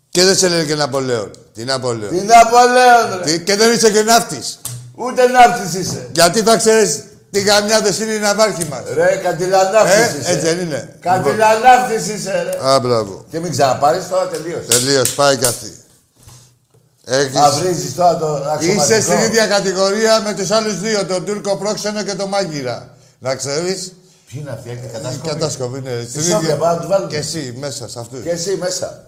S2: Και δεν σε λένε και Ναπολέον. Τι Ναπολέον.
S1: Τι να πω λέω ρε.
S2: Τι- Και δεν είσαι και ναύτης.
S1: Ούτε ναύτης είσαι.
S2: Γιατί θα ξέρεις τι γαμιάδες είναι οι ναυάρχοι μας.
S1: Ρε, κατηλανάφτης
S2: Ε, έτσι
S1: είσαι.
S2: δεν είναι. Λοιπόν.
S1: Κατηλανάφτης είσαι ρε.
S2: Α, μπράβο.
S1: Και μην ξαναπάρεις τώρα τελείωσε.
S2: Τελείως, πάει κι αυτή. Έχεις...
S1: Αυρίζεις τώρα το αξιωματικό.
S2: Είσαι στην ίδια κατηγορία με τους άλλους δύο, τον Τούρκο Πρόξενο και τον Μάγκυρα. Να ξέρεις,
S1: Ποιοι είναι αυτοί, έχετε
S2: η
S1: κατάσκοπη.
S2: κατάσκοπη είναι στην
S1: Σόβια,
S2: ίδια.
S1: πάμε να τους βάλουμε.
S2: Και εσύ μέσα σε αυτούς.
S1: Και εσύ μέσα.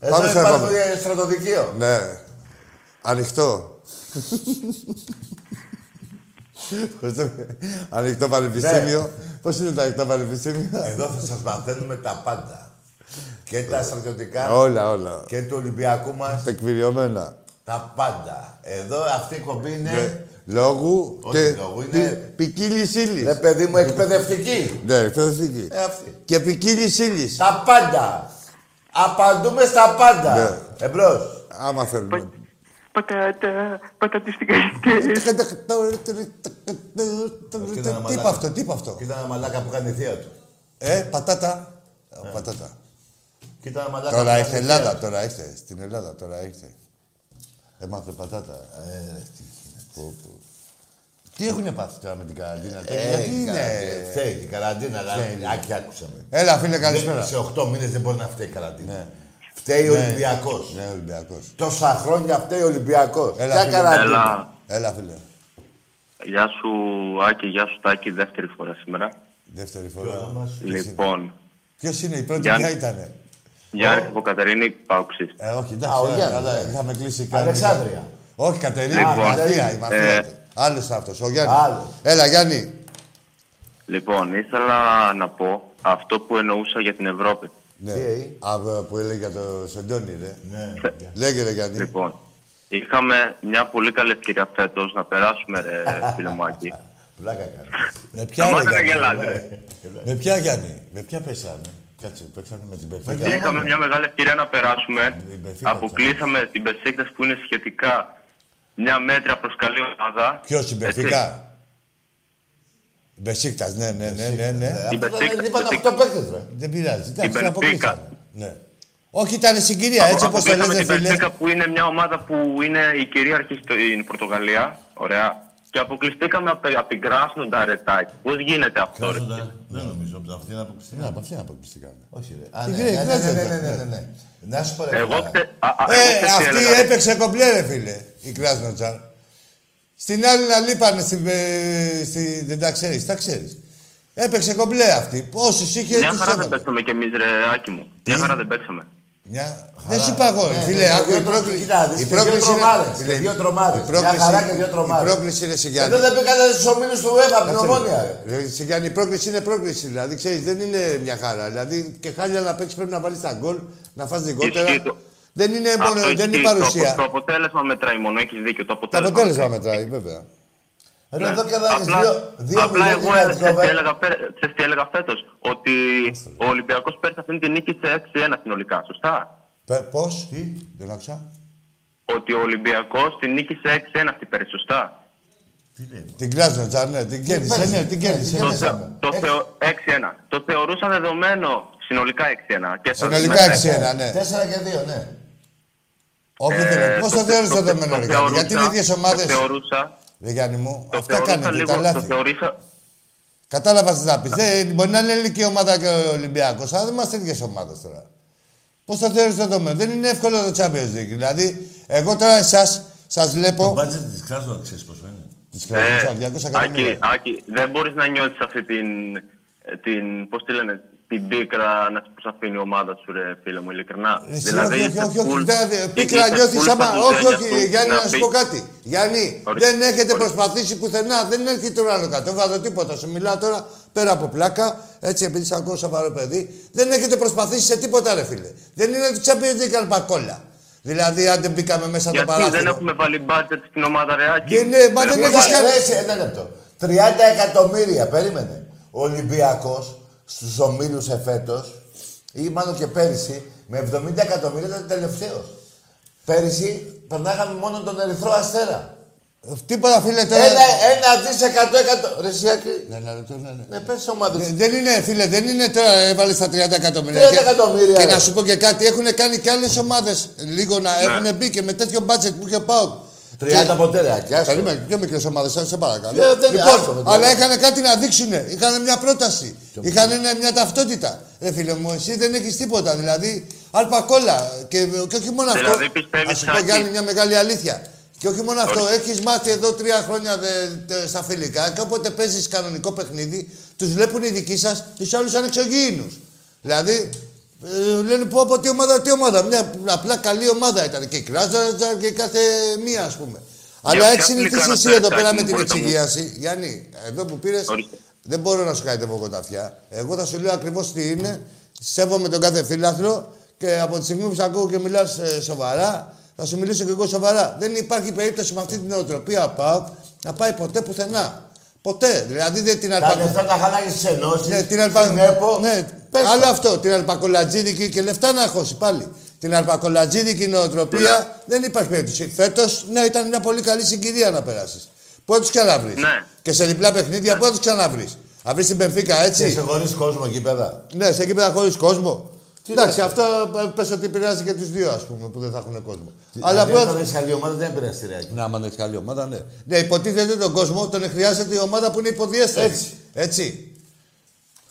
S1: Εδώ
S2: Πάμε στο
S1: υπάρχουν
S2: επόμενο.
S1: στρατοδικείο.
S2: Ναι. Ανοιχτό. Πώς το- ανοιχτό πανεπιστήμιο.
S1: Ναι.
S2: Πώς είναι τα ανοιχτά πανεπιστήμια.
S1: Εδώ θα σας μαθαίνουμε τα πάντα. Και τα στρατιωτικά
S2: όλα, όλα.
S1: και του Ολυμπιακού μας.
S2: Τεκμηριωμένα.
S1: Τα πάντα. Εδώ αυτή η κομπή είναι,
S2: Λόγου
S1: Όχι
S2: και
S1: Ε. λόγου,
S2: ποι-
S1: είναι- Ναι.
S2: ποικίλης
S1: ρε
S2: ύλης.
S1: παιδί μου, εκπαιδευτική.
S2: Ναι, εκπαιδευτική.
S1: Ε, αυτή.
S2: Και ποικίλης ύλης.
S1: Τα πάντα. Απαντούμε στα πάντα. Εμπρός.
S2: Άμα θέλουμε.
S8: πατάτα, πατατιστικαστές.
S2: Τι είπα αυτό, τι είπα αυτό.
S1: Κοίτα ένα μαλάκα που κάνει η θεία του.
S2: Ε, πατάτα. Ε,
S1: Ε,
S2: Πατάτα.
S1: Κοίτα ένα μαλάκα
S2: Τώρα
S1: που
S2: ήρθε
S1: κάνει η
S2: Ελλάδα, τώρα ήρθε. Στην Ελλάδα τώρα ήρθε. Έμαθε πατάτα. Ε, τι Πω, πω. Τι έχουν πάθει τώρα με την καραντίνα.
S1: θεία
S2: τώρα,
S1: του. Ε,
S2: γιατί
S1: είναι.
S2: είναι.
S1: Φταίει η καραντίνα, αλλά άκη άκουσαμε.
S2: Έλα, φίλε,
S1: Δεν-
S2: καλησπέρα.
S1: Σε 8 μήνες δεν μπορεί να φταίει η καραντίνα. Φταίει ο Ολυμπιακός.
S2: Ναι, Ολυμπιακός.
S1: Τόσα χρόνια φταίει ο Ολυμπιακός.
S2: Έλα,
S1: Ποια
S2: φίλε.
S1: καραντίνα.
S4: Έλα,
S2: Έλα, φίλε.
S4: γεια σου Άκη, γεια σου Τάκη, δεύτερη φορά σήμερα.
S2: Δεύτερη φορά.
S4: Λοιπόν,
S2: Ποιος είναι, η πρώτη
S4: Γιάννη.
S2: ποια ήτανε.
S4: Γιάννη από Κατερίνη, Παουξής.
S2: Ε, όχι,
S1: Α, ο
S2: εντάξει,
S1: Γιάννης.
S2: καλά, είχαμε κλείσει κάτι.
S1: Αλεξάνδρεια.
S2: Όχι, Κατερίνη, η
S4: Λοιπόν,
S2: μαφία, η
S1: ε,
S2: μαφία. του. Άλλος αυτός, ο Γιάννης.
S1: Άλλος.
S2: Έλα, Γιάννη.
S4: Λοιπόν, ήθελα να πω αυτό που εννοούσα για την Ευρώπη.
S2: Ναι.
S1: Τι, ε?
S2: Α, που έλεγε για το Σεντόνι, ρε.
S1: Ναι.
S2: Λέγε, ρε, Γιάννη.
S4: Λοιπόν, είχαμε μια πολύ καλή ευκαιρία φέτος να περάσουμε, ρε φίλε μου Άκη.
S1: Πλάκα κάνω.
S2: Με ποια, ρε,
S4: Σταμάτα να
S2: Γιάννη.
S4: γελάτε. ρε.
S2: Με ποια Γιάννη, με ποια πέσανε. Κάτσε, παίξανε με την Πεφίκα.
S4: Είχαμε μια μεγάλη ευκαιρία να περάσουμε.
S2: Η Μπεσίκτας.
S4: Αποκλείσαμε την Μπεσίκτας που είναι σχετικά μια μέτρα προς καλή ομάδα.
S2: Ποιος η
S4: Έτσι.
S2: Μπεφίκα. Μπεσίκτας, ναι, ναι, ναι, ναι,
S1: ε,
S2: ναι.
S4: Η Μπεσίκτας,
S1: Είπαν
S4: Μπεσίκτας.
S1: αυτό παίκτες, ρε.
S2: Δεν πειράζει, εντάξει,
S4: Benfica.
S2: αποκλείσανε. Ναι. Όχι, ήταν συγκυρία, ε, έτσι όπω το
S4: Αποκλείσαμε
S2: λέτε,
S4: την
S2: φίλε.
S4: Μπεσίκα που είναι μια ομάδα που είναι η κυρίαρχη στην Πορτογαλία. Ωραία. Και αποκλειστήκαμε από, από την Κράσνοντα Ρετάκη. Πώς γίνεται αυτό, ρε.
S1: Δεν νομίζω ότι αυτή είναι αποκλειστική.
S2: Ναι, από αυτήν αποκλειστήκαμε.
S1: Ναι. Όχι, ρε. Α,
S2: Τι
S1: ναι,
S2: λέει,
S1: ναι, ναι,
S2: δεν
S1: ναι,
S2: θα-
S1: ναι, ναι, ναι, ναι. Να σου πω ρε.
S4: Εγώ
S1: Κωνσταντά.
S4: χτε- α- α- εγώ
S2: Ε,
S4: χτες τι έλεγα,
S2: αυτή
S4: ρε.
S2: έπαιξε κομπλέ, ρε φίλε, η Κράσνοτσαρ. Στην άλλη να λείπανε, στην, ε, στη- δεν τα ξέρεις, τα ξέρεις. Έπαιξε κομπλέ αυτή. Όσους είχε,
S4: Μια
S2: τους
S4: χαρά δεν
S2: έβαλε.
S4: παίξαμε κι εμείς, ρε Άκη μου. Μια χαρά δεν παίξαμε.
S2: Μια... Δεν σου είπα εγώ,
S1: Ναι,
S2: φίλε, άκου, η πρόκληση.
S1: Κοίτα, δεις,
S2: Η
S1: και δύο
S2: πρόκληση
S1: τρομάδες.
S2: είναι.
S1: Και δύο
S2: Η
S1: τρομάδες. Μια
S2: πρόκληση-
S1: χαρά και δύο
S2: Η
S1: τρομάδες.
S2: πρόκληση είναι σε
S1: Εδώ
S2: Γιάννη.
S1: δεν πήγατε στους ομίλους του ΕΒΑ,
S2: Κάτσε
S1: πνευμόνια, ρε.
S2: λίγο. Ρε, Σε Γιάννη, η πρόκληση είναι πρόκληση. Δηλαδή, ξέρεις, δεν είναι μια χαρά. Δηλαδή, και χάλια να παίξεις πρέπει να βάλεις τα γκολ, να φας δικότερα.
S4: Ισχύει το-
S2: Δεν είναι, μόνο,
S4: Αυτό
S2: Ε, δεν είναι η
S4: ισχύει. Το απο-
S2: παρουσία.
S4: Το αποτέλεσμα μετράει μόνο, έχεις δίκιο. Το
S2: Το
S4: αποτέλεσμα. Ναι.
S2: αποτέλεσμα μετράει, βέβαια.
S1: Ρε, εδώ και να έχεις
S4: Απλά,
S1: δύο- δύο
S4: απλά
S1: μηδέν
S4: εγώ
S1: για
S4: ε,
S1: την
S4: ξέρεις τι
S1: Κοπέ-
S4: έλεγα, πέρ- ξέρεις τι έλεγα φέτος. Ότι ο Ολυμπιακός πέρσι αυτή την νίκη σε 6-1 συνολικά. Σωστά.
S2: Πώς, τι, δεν άκουσα.
S4: Ότι ο Ολυμπιακός την νίκησε 6-1 αυτή πέρυσι. Σωστά.
S2: Την Κράσνοτσα, ναι, την κέρδισε, ναι, την κέρδισε.
S4: Το,
S2: ναι.
S4: θε, το, θεω, 6-1. το θεωρούσα δεδομένο συνολικά 6-1. Και θα-
S2: Συνολικά
S4: μετά-
S2: 6-1, ναι.
S1: Ε. Τέσσερα και δύο, ναι.
S2: Όχι, δεν Πώς το
S4: θε-
S2: θεωρείς το
S4: θε-
S2: δεδομένο, ρε Γιάννη, γιατί είναι
S4: θεωρούσα-
S2: ίδιε ομάδε.
S4: Το θεωρούσα,
S2: Ρε Γιάννη μου,
S4: το
S2: αυτά
S4: θεωρούσα
S2: κάνετε, τα
S4: λίγο. Το
S2: λάθη.
S4: θεωρήσα,
S2: Κατάλαβα τι να πει. Δεν μπορεί να είναι ελληνική ομάδα και ο Ολυμπιακός, αλλά δεν είμαστε ίδιες ομάδες τώρα. Πώς το θεωρεί το δεδομένο, δεν είναι εύκολο το Champions League. Δηλαδή, εγώ τώρα εσάς σας
S1: Το
S2: βλέπω.
S1: μπάτζετ της Κράσνο, ξέρεις πόσο είναι.
S2: Τι
S4: Ε,
S2: κρατήσει, 200
S4: Άκη,
S2: εκατομμύρια.
S4: Άκη, δεν μπορείς να νιώθεις αυτή την, ε, την πώς τη λένε, την πίκρα να σου αφήνει η ομάδα σου, ρε φίλε μου, ειλικρινά.
S2: Εσύ, όχι, όχι,
S4: είσαι
S2: όχι, όχι,
S4: full-
S2: δηλαδή,
S4: είσαι
S2: πίκρα
S4: full
S2: νιώθεις
S4: στα
S2: άμα... Όχι,
S4: κουτένια
S2: όχι,
S4: σου
S2: Γιάννη, να σου
S4: πεις.
S2: πω κάτι. Γιάννη,
S4: Ορίστε,
S2: δεν έχετε
S4: ορίστε.
S2: προσπαθήσει πουθενά, δεν έρχεται τον άλλο κάτω. Βάζω τίποτα, σου μιλάω τώρα πέρα από πλάκα, έτσι επειδή σε ακούω σοβαρό παιδί. Δεν έχετε προσπαθήσει σε τίποτα, ρε φίλε. Δεν είναι ότι τσαπίδι καρπακόλα. Δηλαδή, αν δεν μπήκαμε μέσα το
S4: Γιατί δεν
S2: παράθυρο.
S4: έχουμε βάλει μπάτζετ στην ομάδα, ρε Άκη.
S2: Και ναι, μα δεν
S4: Εγώ-
S2: έχεις
S1: Κοίτα,
S2: κάνει-
S1: ρε, εσύ, Ένα λεπτό. 30 εκατομμύρια, περίμενε. Ο Ολυμπιακός στους ομίλους εφέτος, ή μάλλον και πέρυσι, με 70 εκατομμύρια ήταν τελευταίος. Πέρυσι περνάγαμε μόνο τον Ερυθρό Αστέρα.
S2: Ε, Τίποτα, φίλε, τώρα.
S1: Ένα, ένα δισεκατό εκατό. Ρε Σιάκη,
S2: Ναι, ναι, ναι, ναι, ναι.
S1: με πες ομάδες.
S2: Ε, Δεν είναι, φίλε, δεν είναι τώρα έβαλες τα 30 εκατομμύρια.
S1: 30
S2: Και-
S1: εκατομμύρια,
S2: Και
S1: ρε.
S2: να σου πω και κάτι, έχουν κάνει και άλλες ομάδες λίγο να
S4: Ναι.
S2: έχουν μπει και με τέτοιο μπάτζετ που είχε πάω.
S1: 30 ποτέ, ρε, Άκη, άστο.
S2: Περίμενε, πιο μικρές ομάδες, σε παρακαλώ.
S1: Ε, δεν- άστο με
S2: λοιπόν,
S1: το
S2: αλλά
S1: λέω.
S2: είχαν κάτι να δείξουν. Είχαν μια πρόταση. Είχαν ένα- μια ταυτότητα. Ρε φίλε μου, εσύ δεν έχεις τίποτα. Δηλαδή, αλπακόλα. Και, και όχι μόνο αυτό.
S4: Δηλαδή, πιστεύεις,
S2: Ας σου πω
S4: Άκη-
S2: Γιάννη, μια μεγάλη αλήθεια. Και όχι μόνο αυτό, έχεις μάθει εδώ τρία χρόνια δε- τε- στα φιλικά και όποτε παίζεις κανονικό παιχνίδι, τους βλέπουν οι δικοί σας τους άλλους σαν εξωγήινου. Δηλαδή, Ε, λένε πω από τι ομάδα, τι ομάδα. Μια απλά καλή ομάδα ήταν και η Κράζαρτζα και κάθε μία ας πούμε. Αλλά
S4: ποια
S2: έχει συνηθίσει
S4: απλή
S2: εσύ εδώ
S4: Κράζαρτζα
S2: πέρα με
S4: είναι,
S2: την
S4: μπορείτε να μου-
S2: εξηγίαση. Γιάννη, εδώ που πήρες,
S4: Ορίστε.
S2: δεν μπορώ να σου χαϊδεύω κονταφιά. Εγώ θα σου λέω ακριβώς τι είναι. Σέβομαι τον κάθε φίλαθλο και από τη στιγμή που σε ακούω και μιλάς σοβαρά, θα σου μιλήσω και εγώ σοβαρά. Δεν υπάρχει περίπτωση με αυτή την νοοτροπία ΠΑΟΚ να πάει ποτέ πουθενά. Ποτέ. Δηλαδή δεν την
S1: Τα
S2: αρπακ-
S1: λεφτά τα χαλάει στι ενώσει.
S2: ναι, την αλπα...
S1: ΕΠΟ.
S2: Ναι,
S1: Πες
S2: άλλο
S1: το.
S2: αυτό. Την αλπακολατζίδικη και λεφτά να χώσει πάλι. Την αλπακολατζίδικη
S1: Ναι.
S2: νοοτροπία δεν υπάρχει περίπτωση. Φέτος, ναι, ήταν μια πολύ καλή συγκυρία να περάσεις. Πότε τους ξαναβρεις.
S4: Ναι.
S2: Και σε διπλά παιχνίδια, πότε τους ξαναβρεις. Αν βρεις την Πενφύκα
S1: Και
S2: έτσι.
S1: Ναι. σε χωρίς κόσμο εκεί πέρα.
S2: Ναι, σε κύπελα χωρίς κόσμο. Εντάξει, αυτό πες ότι επηρεάζει και τους δύο, ας πούμε, που δεν θα έχουν κόσμο. Αλλά
S1: Δηλαδή,
S2: πρώτα.
S1: όταν έχεις καλή ομάδα δεν πειράζει ρε.
S2: Ναι, άμα δεν έχεις καλή ομάδα, ναι. Ναι, υποτίθεται τον κόσμο, τον χρειάζεται η ομάδα που είναι υποδιέστερη. Έτσι. Έτσι.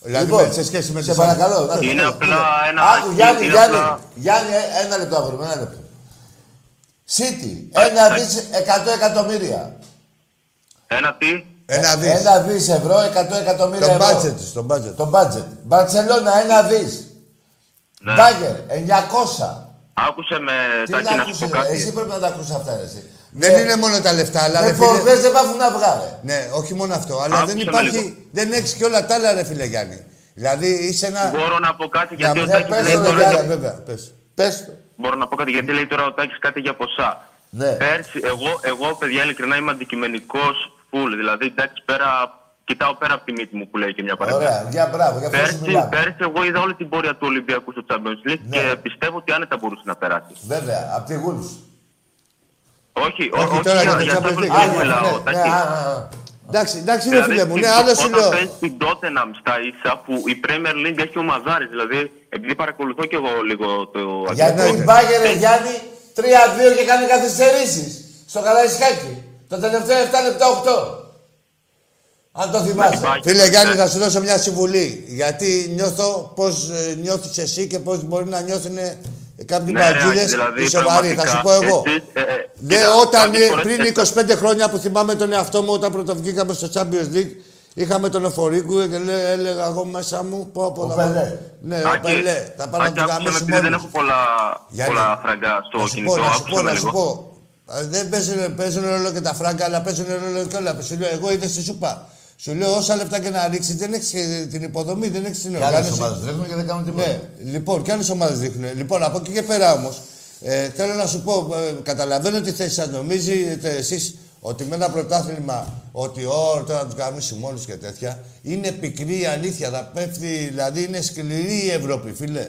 S2: Δηλαδή,
S1: Λοιπόν,
S2: με- σε σχέση με
S1: σε
S2: τις
S1: παρακαλώ. να-
S4: Είναι
S1: ναι,
S4: απλά
S1: ναι.
S4: ένα
S1: Άκου,
S4: αρχή,
S1: Γιάννη,
S4: είναι
S1: Γιάννη,
S4: απλά-
S1: Γιάννη, ε, ένα λεπτό αύριο, ένα λεπτό. City,
S4: Ε,
S1: ένα δις εκατό εκατομμύρια.
S4: Ένα τι.
S1: Ε,
S2: Ένα δις.
S1: Ένα δις ευρώ, εκατό εκατομμύρια
S2: Το
S1: ευρώ.
S2: μπάτζετ τη, το μπάτζετ.
S1: Το budget. Μπαρτσελώνα, ένα δις.
S4: Ναι.
S1: Μπάγκερ, 900.
S4: Άκουσε με,
S1: Τι
S4: Τάκη,
S1: να
S4: να σου πω
S1: άκουσες, ρε.
S4: κάτι.
S1: εσύ πρέπει να τα ακούσεις αυτά, ρε, εσύ.
S2: Δεν είναι μόνο τα λεφτά, αλλά
S1: Με
S2: ρε φίλε.
S1: φορδές δεν βάφουν αυγά, ρε.
S2: Ναι, όχι μόνο αυτό, αλλά
S4: Άκουσε
S2: δεν
S4: με λίγο.
S2: υπάρχει. Δεν έχεις και όλα τα άλλα, ρε φίλε Γιάννη. Δηλαδή είσαι ένα.
S4: Μπορώ να πω κάτι γιατί
S2: Να-
S4: ο Τάκης
S1: πες
S4: λέει
S1: το,
S4: τώρα
S1: ρε,
S4: για
S2: Βέβαια, βέβαια, πες.
S1: Πες το.
S4: Μπορώ να πω κάτι γιατί λέει τώρα ο Τάκης κάτι για ποσά.
S1: Ναι.
S4: Πέρσι, εγώ, εγώ παιδιά ειλικρινά είμαι αντικειμενικός full. Δηλαδή εντάξει πέρα, κοιτάω πέρα από τη μύτη μου που λέει και μια παρέμβαση.
S1: Ωραία, για μπράβο, για αυτό σου
S4: Πέρσι,
S1: μιλάμε.
S4: πέρσι εγώ είδα όλη την πορεία του Ολυμπιακού στο Champions
S2: Ναι.
S4: League και πιστεύω ότι άνετα μπορούσε να περάσει.
S1: Βέβαια, απ' τη Γούλους.
S4: Όχι,
S2: Όχι,
S4: όχι, όχι
S2: τώρα
S4: για,
S2: για
S4: για
S2: το Champions
S4: Champions
S2: League.
S4: League
S2: Α,
S4: δεν μιλάω.
S1: Ναι,
S4: Τάκη.
S1: α, α, α.
S2: Εντάξει, εντάξει, ρε
S4: Δηλαδή,
S2: φίλε μου, ναι,
S4: στην-
S2: άλλο σου
S4: όταν
S2: λέω.
S4: παίζει στην Tottenham στα ίσα που η Premier League έχει ομαδάρες, δηλαδή επειδή παρακολουθώ και εγώ λίγο το αγγλικό,
S1: Γιατί η Μπάγκερ, ρε, Γιάννη, 3-2 και κάνει καθυστερήσεις στο Καλαϊσκάκι. Τα τελευταία 7 λεπτά 8. Αν το
S4: η
S1: θυμάσαι.
S4: Bayern-
S2: Φίλε Γιάννη,
S4: Ναι.
S2: θα σου δώσω μια συμβουλή. Γιατί νιώθω πώς νιώθεις εσύ και πώς μπορεί να νιώθουν ε, κάποιοι
S4: Ναι, ρε,
S2: μπατζίδε
S4: δηλαδή,
S2: οι σοβαροί. Θα σου πω
S4: πραγματικά,
S2: εγώ.
S4: εσείς, ε, ε,
S2: Ναι,
S4: κοίτα,
S2: όταν
S4: κάποιες
S2: ε,
S4: φορές-
S2: πριν 25 χρόνια που θυμάμαι τον εαυτό μου, όταν πρωτοβγήκαμε στο Champions League, είχαμε τον Εφορίκου και λέ, έλεγα εγώ μέσα μου. Πω, πω,
S1: Ο
S2: θα
S1: Πελέ.
S2: πάμε- Ναι, ο
S4: Άκη,
S2: Πελέ. Θα πάω να
S4: Άκη,
S2: τους
S4: άκουσε με, επειδή
S2: γαμίσουμε
S4: Δεν
S2: όλους.
S4: έχω πολλά,
S2: Γιάννη,
S4: πολλά φραγκά
S2: Να
S4: στο
S2: σου
S4: κινητό.
S2: πω, να σου πω,
S4: Άκουσα με
S2: να σου
S4: λίγο.
S2: πω. Ε, Δεν παίζουν, παίζουν ρόλο και τα φράγκα, αλλά παίζουν ρόλο και όλα. Σου λέω, εγώ είδε στη σούπα. Σου λέω, όσα λεπτά και να ρίξει, δεν έχεις την υποδομή, δεν έχεις την
S1: Κι άλλες
S2: οργάνωση.
S1: ομάδες τρέχουν και δεν κάνουν τίποτα.
S2: Ναι, λοιπόν, και άλλες ομάδες δείχνουν. Λοιπόν, από εκεί και πέρα όμως, ε, θέλω να σου πω, ε, καταλαβαίνω τι θέση σας νομίζετε εσείς ότι με ένα πρωτάθλημα, ότι ω, τώρα τους γαμίσουμε όλου και τέτοια, είναι πικρή η αλήθεια. Θα πέφτει, δηλαδή είναι σκληρή η Ευρώπη, φίλε.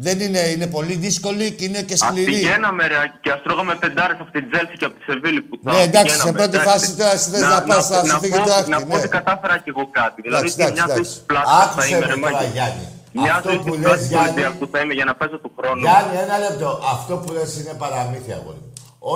S2: Δεν είναι, είναι πολύ δύσκολη και είναι και
S4: Ας
S2: σκληρή.
S4: πηγαίναμε ρε Άκη, και ας τρώγαμε πεντάρες από την Τζέλση και από τη Σεβίλη που θα
S2: Ναι, εντάξει,
S4: πηγαίναμε,
S2: σε πρώτη
S4: εντάξει.
S2: φάση τώρα εσύ θες να πας, θα
S4: να
S2: σου φύγει
S4: πω-
S2: το άκτη,
S4: Να πω
S2: ναι.
S4: ότι κατάφερα κι εγώ κάτι. Δηλαδή
S2: εντάξει,
S4: και μια
S2: εντάξει.
S4: θέση πλάτη θα
S1: Άκουσε
S4: είμαι
S1: με
S4: ρε
S1: τώρα,
S4: Μάκη.
S1: Γιάννη.
S4: Μια
S1: Αυτό
S4: θέση
S1: που λες,
S4: πλάτη του
S1: Γιάννη,
S4: Ολυμπιακού θα είμαι για να παίζω του χρόνου.
S1: Γιάννη, ένα λεπτό. Αυτό που λες είναι παραμύθια, αγόρι.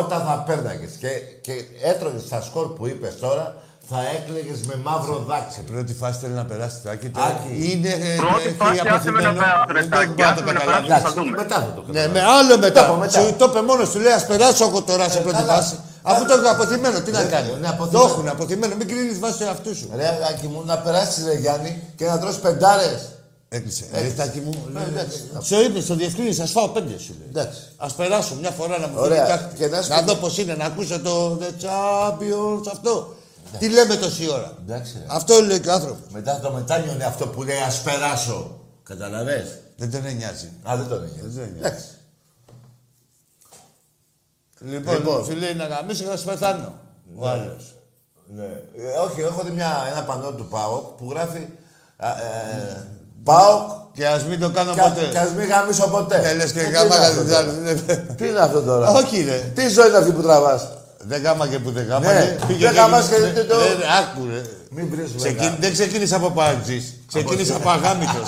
S1: Όταν θα πέρναγες και, και έτρωγες τα σκορ που είπες τώρα, θα έκλαιγες με μαύρο δάκρυ.
S2: Πρώτη φάση θέλει να περάσει το άκη. τώρα
S1: Άκη.
S2: Είναι, ε,
S4: Πρώτη
S2: έχει
S4: φάση, άσε με να
S2: αποθυμένο.
S4: περάσω, ρε
S2: Δεν
S4: Τάκη,
S2: μπορώ να το
S4: άσε με να
S2: καταλάβω.
S4: περάσω.
S1: Εντάξει, μετά θα το κάνουμε.
S2: Ναι, με άλλο μετά.
S1: πω μετά.
S2: Σου το είπε μόνος, του λέει Ας περάσω εγώ τώρα σε πρώτη
S1: Ε, καλά.
S2: φάση. Αφού το έχουν αποθυμένο, τι να
S1: Ναι,
S2: κάνει.
S1: είναι
S2: Το
S1: αποθυμένο.
S2: έχουν αποθυμένο, μην κρίνεις βάσει του εαυτού σου.
S1: Ρε, Άκη μου, να περάσεις, ρε, Γιάννη, και να τρως πεντάρες.
S2: Έκλεισε. Ε, Τάκη μου. λέει,
S1: εντάξει.
S2: Σε είπε, στο διευκρίνησε, ας φάω πέντε σου λέει.
S1: Εντάξει.
S2: Ας περάσω μια φορά να μου πει
S1: Ωραία.
S2: κάτι.
S1: Και να σου
S2: Να
S1: πω-
S2: δω πώς είναι, να ακούσω το The Champions αυτό. Τι λέμε τόση ώρα.
S1: Εντάξει, ρε.
S2: Αυτό λέει και ο άνθρωπος.
S1: Μετά το μετάνιωνε αυτό που λέει ας περάσω. Καταλαβες.
S2: Δεν τον νοιάζει.
S1: Α, δεν τον είχε.
S2: Δεν νοιάζει.
S1: Εντάξει.
S2: Λοιπόν,
S1: Λοιπόν.
S2: σου λέει να γαμίσω και να σου πεθάνω. Ο άλλος.
S1: Ναι. Ε, όχι, έχω δει μια, ένα πανό του ΠΑΟΚ που γράφει α, ε, ΠΑΟΚ
S2: Και ας μην το κάνω
S1: και α- και
S2: ποτέ.
S1: ας μην γαμίσω ποτέ.
S2: Ε, λες και
S1: Τι
S2: γάμα
S1: είναι αυτό τώρα.
S2: γαλιδάρι.
S1: Τι είναι αυτό τώρα.
S2: Όχι, ρε.
S1: Τι ζωή είναι αυτή που τραβάς.
S2: Δεν γάμα και που δεν γάμα.
S1: Ναι,
S2: ρε.
S1: δεν
S2: Πήγε
S1: γάμας και
S2: δεν
S1: δεν το- Ναι.
S2: δεν- Άκου, ρε.
S1: Μην βρίσκουμε.
S2: Ξεκι- Δεν ξεκίνησα από Παρτζή. Ξεκίνησα από Αγάμητο.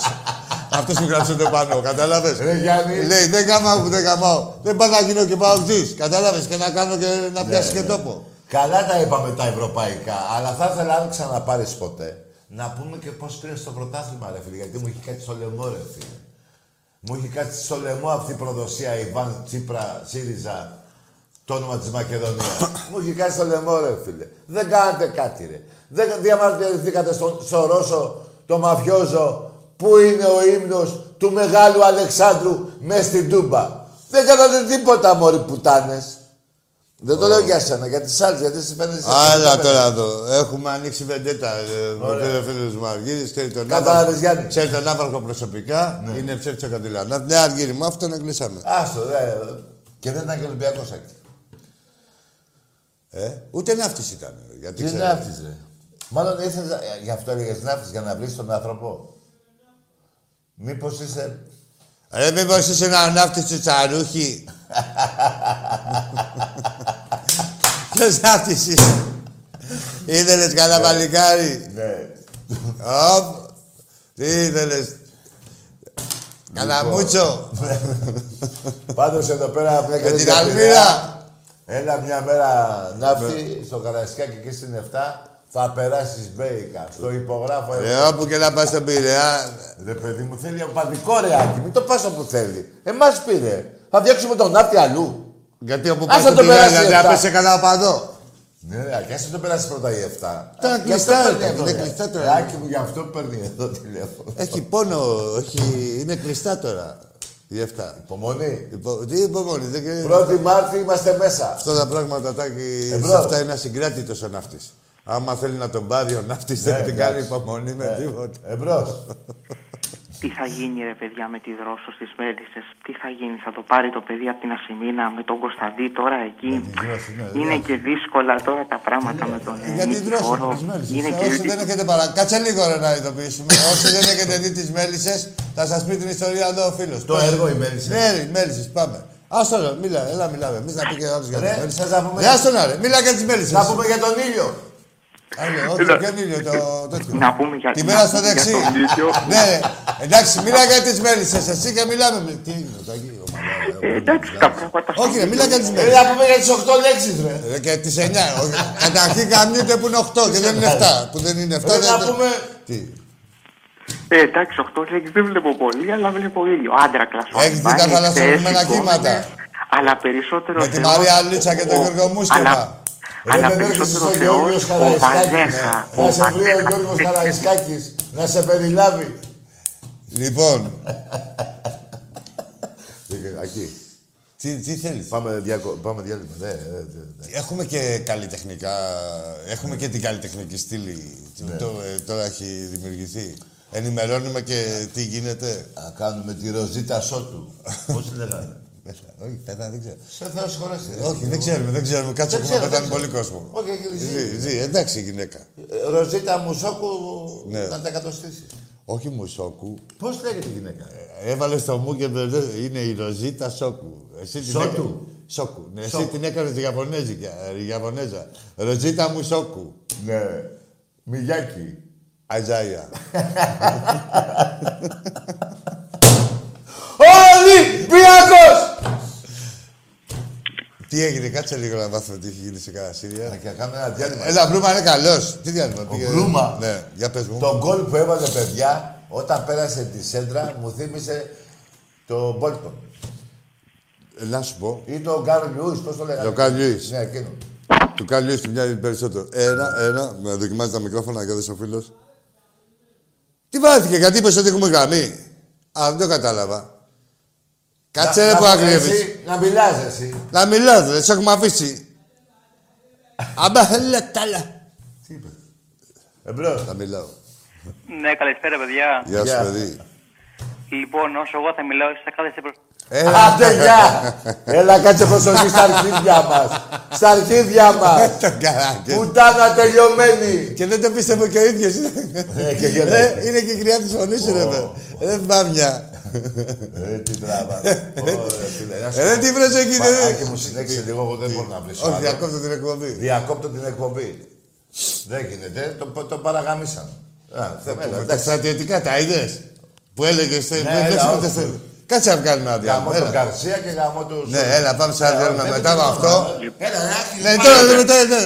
S2: Αυτός που γράψε το πάνω, κατάλαβες.
S1: Ρε Γιάννη.
S2: Λέει, δεν γαμάω που δεν γαμάω. Δεν πάω να γίνω και Παρτζή. Κατάλαβες και να κάνω και να πιάσει και τόπο.
S1: Καλά τα είπαμε τα ευρωπαϊκά, αλλά θα ήθελα αν ξαναπάρεις ποτέ να πούμε και πώς πήρες το πρωτάθλημα, ρε φίλε. Γιατί μου έχει κάτι στο λαιμό, ρε φίλε. Μου έχει κάτι στο λαιμό αυτή η προδοσία Ιβάν Τσίπρα ΣΥΡΙΖΑ το όνομα της Μακεδονίας. μου έχει κάτι στο λαιμό, ρε φίλε. Δεν κάνατε κάτι, ρε. Δεν διαμαρτυρηθήκατε στο, στο Ρώσο, το μαφιόζο
S3: Πού είναι ο ύμνος του μεγάλου Αλεξάνδρου μες στην Τούμπα. Δεν κάνατε τίποτα, μωρή πουτάνες. Δεν το λέω για σένα, για τις άλλες, γιατί σε φαίνεται...
S2: Άλλα τώρα εδώ. Έχουμε ανοίξει βεντέτα. ε, Με τον φίλο μου Αργύρης, ξέρει τον
S3: Κατάλαβες, Γιάννη.
S2: Ξέρει τον Άβαρχο προσωπικά. Είναι ψεύτης ο Καντιλανά. Ναι, Αργύρη μου, αυτόν εγκλήσαμε.
S1: Άστο, δε. Και δεν ήταν και Ολυμπιακός εκεί.
S2: Ε, ούτε ναύτης ήταν. ε, Γιατί
S1: Τι
S2: ξέρετε.
S1: ναύτης, ρε. Μάλλον ήθελα, ε, γι' αυτό έλεγες ναύτης, για να βρεις τον άνθρωπο. Μήπως είσαι...
S2: Ρε, μήπως είσαι ένα ναύτης του τσαρούχη. Ποιος ναύτης είσαι. Ήθελες καλά παλικάρι.
S1: Ναι.
S2: Οπ. Τι ήθελες. Λοιπόν, Καλαμούτσο.
S1: Πάντως εδώ πέρα... μια
S2: Με την
S1: καλή
S2: αλμύρα.
S1: Έλα μια μέρα ναύτη στο Καραϊσκάκι και στην 7 θα περάσεις μπέικα. Στο υπογράφω
S2: Ε, όπου και να πας στον Πειραιά.
S1: Ρε παιδί μου, θέλει οπαδικό ρε Άκη, μην το πας όπου θέλει. Εμάς πήρε. Θα διώξουμε τον ναύτη αλλού.
S2: Γιατί όπου
S3: Άσε
S2: πας στον
S3: το
S2: Πειραιά,
S3: περάσει
S2: γιατί
S3: αυτά.
S2: να πέσει κανένα παδό.
S1: Ναι ρε Άκη, άσε το περάσεις πρώτα η 7.
S2: Τα κλειστά, ρε,
S1: είναι
S2: είναι κλειστά τώρα.
S1: Άκη μου, γι' αυτό παίρνει εδώ τηλέφωνο.
S2: Έχει πόνο, όχι, είναι κλειστά τώρα. Η 7.
S1: Υπομονή.
S2: Υπο- Τι υπομονή, δεν ξέρει.
S1: Πρώτη Μάρτη είμαστε μέσα.
S2: Αυτά τα πράγματα, Τάκη, σε
S1: Εμπρός.
S2: αυτά είναι ασυγκράτητος ο ναύτης. Άμα θέλει να τον πάρει ο ναύτης, δεν την κάνει υπομονή με Ναι, τίποτα.
S1: Ε, Εμπρός.
S8: Τι θα γίνει ρε παιδιά με τη δρόσο στις Μέλισσες, τι θα γίνει, θα το πάρει το παιδί από την Ασημίνα με τον Κωνσταντή τώρα εκεί.
S2: ναι,
S8: Είναι και δύσκολα τώρα τα πράγματα με τον ε,
S2: Γιατί
S8: Νικηφόρο.
S2: δρόσο τι μέλισσες.
S8: Είναι
S2: Όσοι
S8: και
S2: ε, δεν έχετε παρα... Κάτσε λίγο ρε να ειδοποιήσουμε. Όσοι δεν έχετε δει τις μέλισσες, θα σας πει την ιστορία εδώ ο φίλος.
S1: Το έργο οι μέλισσες.
S2: Ναι, ρε, οι μέλισσες, πάμε. Άστο ρε, μίλα, έλα μιλάμε. Εμείς να πει και άλλο για τι
S1: Ρε,
S2: μέλισσε.
S1: θες να πούμε-
S2: Ναι, άστο να ρε, μίλα για τις μέλισσες.
S1: Θα πούμε για τον ήλιο.
S2: Όχι, ποιον ήλιο το τέτοιο.
S8: να πούμε για,
S2: Τη
S8: να
S2: μέρα
S8: πούμε
S2: στο
S8: για
S2: δεξί.
S8: τον ίδιο.
S2: Ναι, ρε. εντάξει, μιλά για τι μέλισσε. Εσύ και μιλάμε. με- Τι είναι, το εκεί, ο μαλάκας,
S8: Ε, Εντάξει, τα πράγματα στο
S2: Όχι, ρε, μιλά για τι
S3: Ε,
S2: μέλισσε.
S3: να πούμε για τις 8 λέξεις, ρε.
S2: Ε, Και τις 9. Καταρχήν καμιούνται που είναι 8 και δεν είναι 7. Που δεν είναι 7.
S3: Ε, να πούμε...
S2: Τι.
S8: Ε, εντάξει, 8 λέξεις δεν βλέπω πολύ, αλλά βλέπω ήλιο. Άντρα κλασικό.
S2: Έχεις δει τα θαλασσιωμένα κύματα.
S8: Αλλά περισσότερο.
S2: Με τη
S8: Θεός
S2: Μαρία Λίτσα και τον
S8: ο-
S2: Γιώργο Μούσκεβα.
S8: Αλλά,
S3: Ε,
S8: αλλά
S3: δεν
S8: περισσότερο
S3: έρχεσαι
S8: Θεό
S3: στον Γιώργος
S8: ο
S3: Καραϊσκάκη, ναι.
S8: Βαζέχα.
S3: Να σε βρει ο
S8: Ε,
S3: Γιώργος Καραϊσκάκης, να σε περιλάβει.
S2: Λοιπόν,
S1: Εκεί.
S2: τι, τι θέλεις.
S1: Πάμε, διακο... πάμε διάλειμμα. Ναι, ναι, ναι, ναι.
S2: Έχουμε και καλλιτεχνικά. Έχουμε και την καλλιτεχνική στήλη.
S1: Ναι.
S2: Το, ε, τώρα έχει δημιουργηθεί. Ενημερώνουμε και τι γίνεται.
S1: Να κάνουμε τη ροζίτα σότου. Πώς τη λέγανε.
S2: Όχι, πέτα, δεν ξέρω.
S1: Σε θεός συγχωρέσει. ρε.
S2: Όχι, δεν ξέρουμε, δεν ξέρουμε. Κάτσε ακόμα
S1: ξέρω,
S2: πεθάνει
S1: δεν
S2: πολύ κόσμο.
S1: Όχι, έχει ζήσει.
S2: Ζει, ζει, εντάξει η γυναίκα.
S1: Ε, Ροζίτα Μουσόκου
S2: Ναι.
S1: να τα εκατοστήσει.
S2: Όχι μουσόκου.
S1: Πώς λέγεται η γυναίκα.
S2: Έβαλε στο μου και μπερδε- είναι η Ροζίτα Σόκου. Εσύ την
S1: Σότου.
S2: έκανες- Σόκου. Ναι, εσύ την έκανε τη Ιαπωνέζικα. ε, η Ιαπωνέζα. Ροζίτα μου Σόκου.
S1: Ναι. Μιγιάκι.
S2: Αζάια.
S3: Ολυμπιακός!
S2: τι έγινε, κάτσε λίγο να μάθουμε τι έχει γίνει σε κανένα Σύρια.
S1: Και να κάνουμε ένα διάλειμμα.
S2: Έλα, Μπρούμα είναι καλός. Τι διάλειμμα πήγε.
S1: Μπρούμα.
S2: Ναι, για πες μου.
S1: Το γκολ που έβαλε παιδιά όταν πέρασε τη σέντρα μου θύμισε το Μπόλτον.
S2: Ε, Να σου πω.
S1: Ή το Γκάρ Λιούις, πώς το λέγανε.
S2: Το Καρλ Λιούις.
S1: Ναι, εκείνο.
S2: Του κάνει λίγο μια περισσότερο. Ένα, ένα. Με δοκιμάζει τα μικρόφωνα και δες ο φίλος. Τι βάθηκε, γιατί είπες ότι έχουμε γραμμή. Α, δεν το κατάλαβα. Κάτσε
S1: Να-
S2: ρε που
S1: να-
S2: αγριεύεις.
S1: εσύ, Να μιλάς εσύ.
S2: Να μιλάς, ρε, σε έχουμε αφήσει. Αμπα, έλα, τάλα.
S1: Εμπρός.
S2: Να μιλάω.
S7: Ναι, καλησπέρα, παιδιά.
S2: Γεια
S1: Γεια.
S2: σου, παιδί.
S7: Λοιπόν, όσο εγώ θα μιλάω, εσείς θα κάθεστε προ...
S1: Ε,
S2: Έλα,
S3: Άντε, γεια! Έλα, κάτσε προσοχή στα αρχίδια μας. Στα αρχίδια μας.
S2: τον καράκι.
S3: Πουτάνα τελειωμένη.
S2: Και δεν το πίστευε και ο ίδιος.
S1: Ε, και γελάει.
S2: Ρε, Είναι και η κρυά της φωνής, ρε, ρε. Ρε, μπάμια.
S1: Ε, τι τράβα. Ωραία, φίλε, να σου
S2: Ρε,
S1: πω.
S2: τι προσοχή,
S1: Μα,
S2: ρε.
S1: Άκη μου συνέχισε λίγο, εγώ δεν μπορώ να βρίσκω.
S2: Όχι,
S1: άλλο.
S2: διακόπτω την εκπομπή.
S1: Διακόπτω την εκπομπή. Δεν γίνεται, το, το παραγαμίσαν. Α, δεν
S2: Με
S1: έλα,
S2: Τα στρατιωτικά τα είδες. Που έλεγες, θε-
S1: Ναι,
S2: δεν
S1: έλα,
S2: ξέρω,
S1: όχι.
S2: δεν θέλω. Κάτσε να βγάλουμε ένα
S1: Γαμώ
S2: διάλειμμα.
S1: τον
S2: έλα.
S1: Καρσία και γαμώ Λοιπόν. τον
S2: Ναι, έλα, πάμε σε ένα διάλειμμα μετά με αυτό.
S1: Έλα, ρε, Άκη,
S2: Ναι,
S1: πάμε,
S2: τώρα,
S1: ρε.
S2: ναι, μετά, ναι.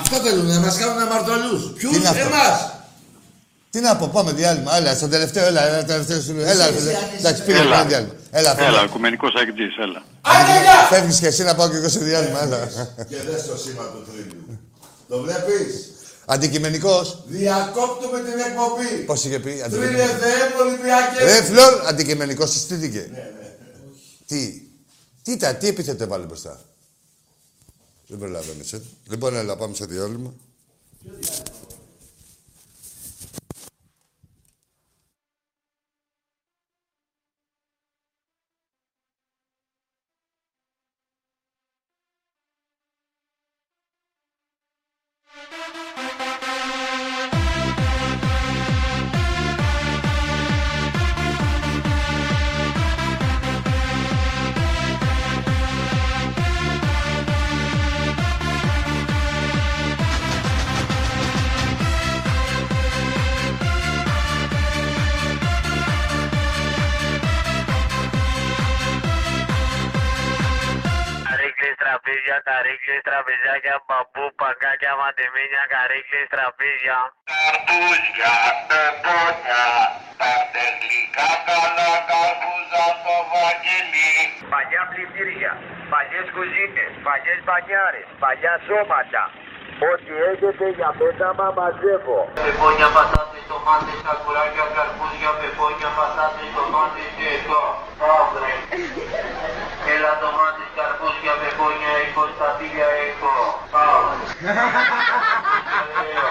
S1: Αυτό θέλουν, να μας κάνουν αμαρτωλούς. Ποιους,
S2: είναι αυτό?
S1: εμάς.
S2: Τι να πω, πάμε διάλειμμα. Έλα, στο τελευταίο, έλα, έλα, τελευταίο σου λέω. Έλα, φίλε. Εντάξει, πήγα
S7: Έλα.
S2: ένα διάλειμμα. Έλα,
S7: Έλα,
S2: φίλε.
S7: οικουμενικός Αγγτζής, έλα.
S2: ναι.
S3: Άντε, γεια!
S2: Φεύγεις και εσύ να πάω και εγώ σε διάλειμμα, έλα.
S1: Και δες το σήμα του θρύλου. Το βλέπεις.
S2: Αντικειμενικός.
S1: Διακόπτουμε την εκπομπή.
S2: Πώς είχε πει,
S1: Τρίνε
S2: αντικειμενικός.
S1: ΔΕΜ Ολυμπιακέ.
S2: Ρε φλόρ, αντικειμενικός συστήθηκε. Τι, τι ήταν, τι επίθετο έβαλε μπροστά. Δεν προλαβαίνω έτσι. Λοιπόν, έλα, πάμε σε διάλειμμα.
S9: Καρύκλες, τραπέζια, καρύκλες, τραπεζάκια, παππού, παγκάκια, μαντεμίνια, καρύκλες, τραπέζια. Καρπούζια, πεπόνια, τα τελικά καλά καρπούζα στο βαγγελί. Παλιά πλημμύρια, παλιές κουζίνες, παλιές μπανιάρες, παλιά σώματα. Ό,τι έχετε για μένα μα μαζεύω. Πεπόνια, πατάτες, ντομάτες, σακουράκια, καρπούζια, πεπόνια, πατάτες, ντομάτες και εδώ. Αύριο. Έλα ντομάτες, καρπούζια, πεπόνια, έχω, σταφύλια, έχω. Πάω. Ωραίο.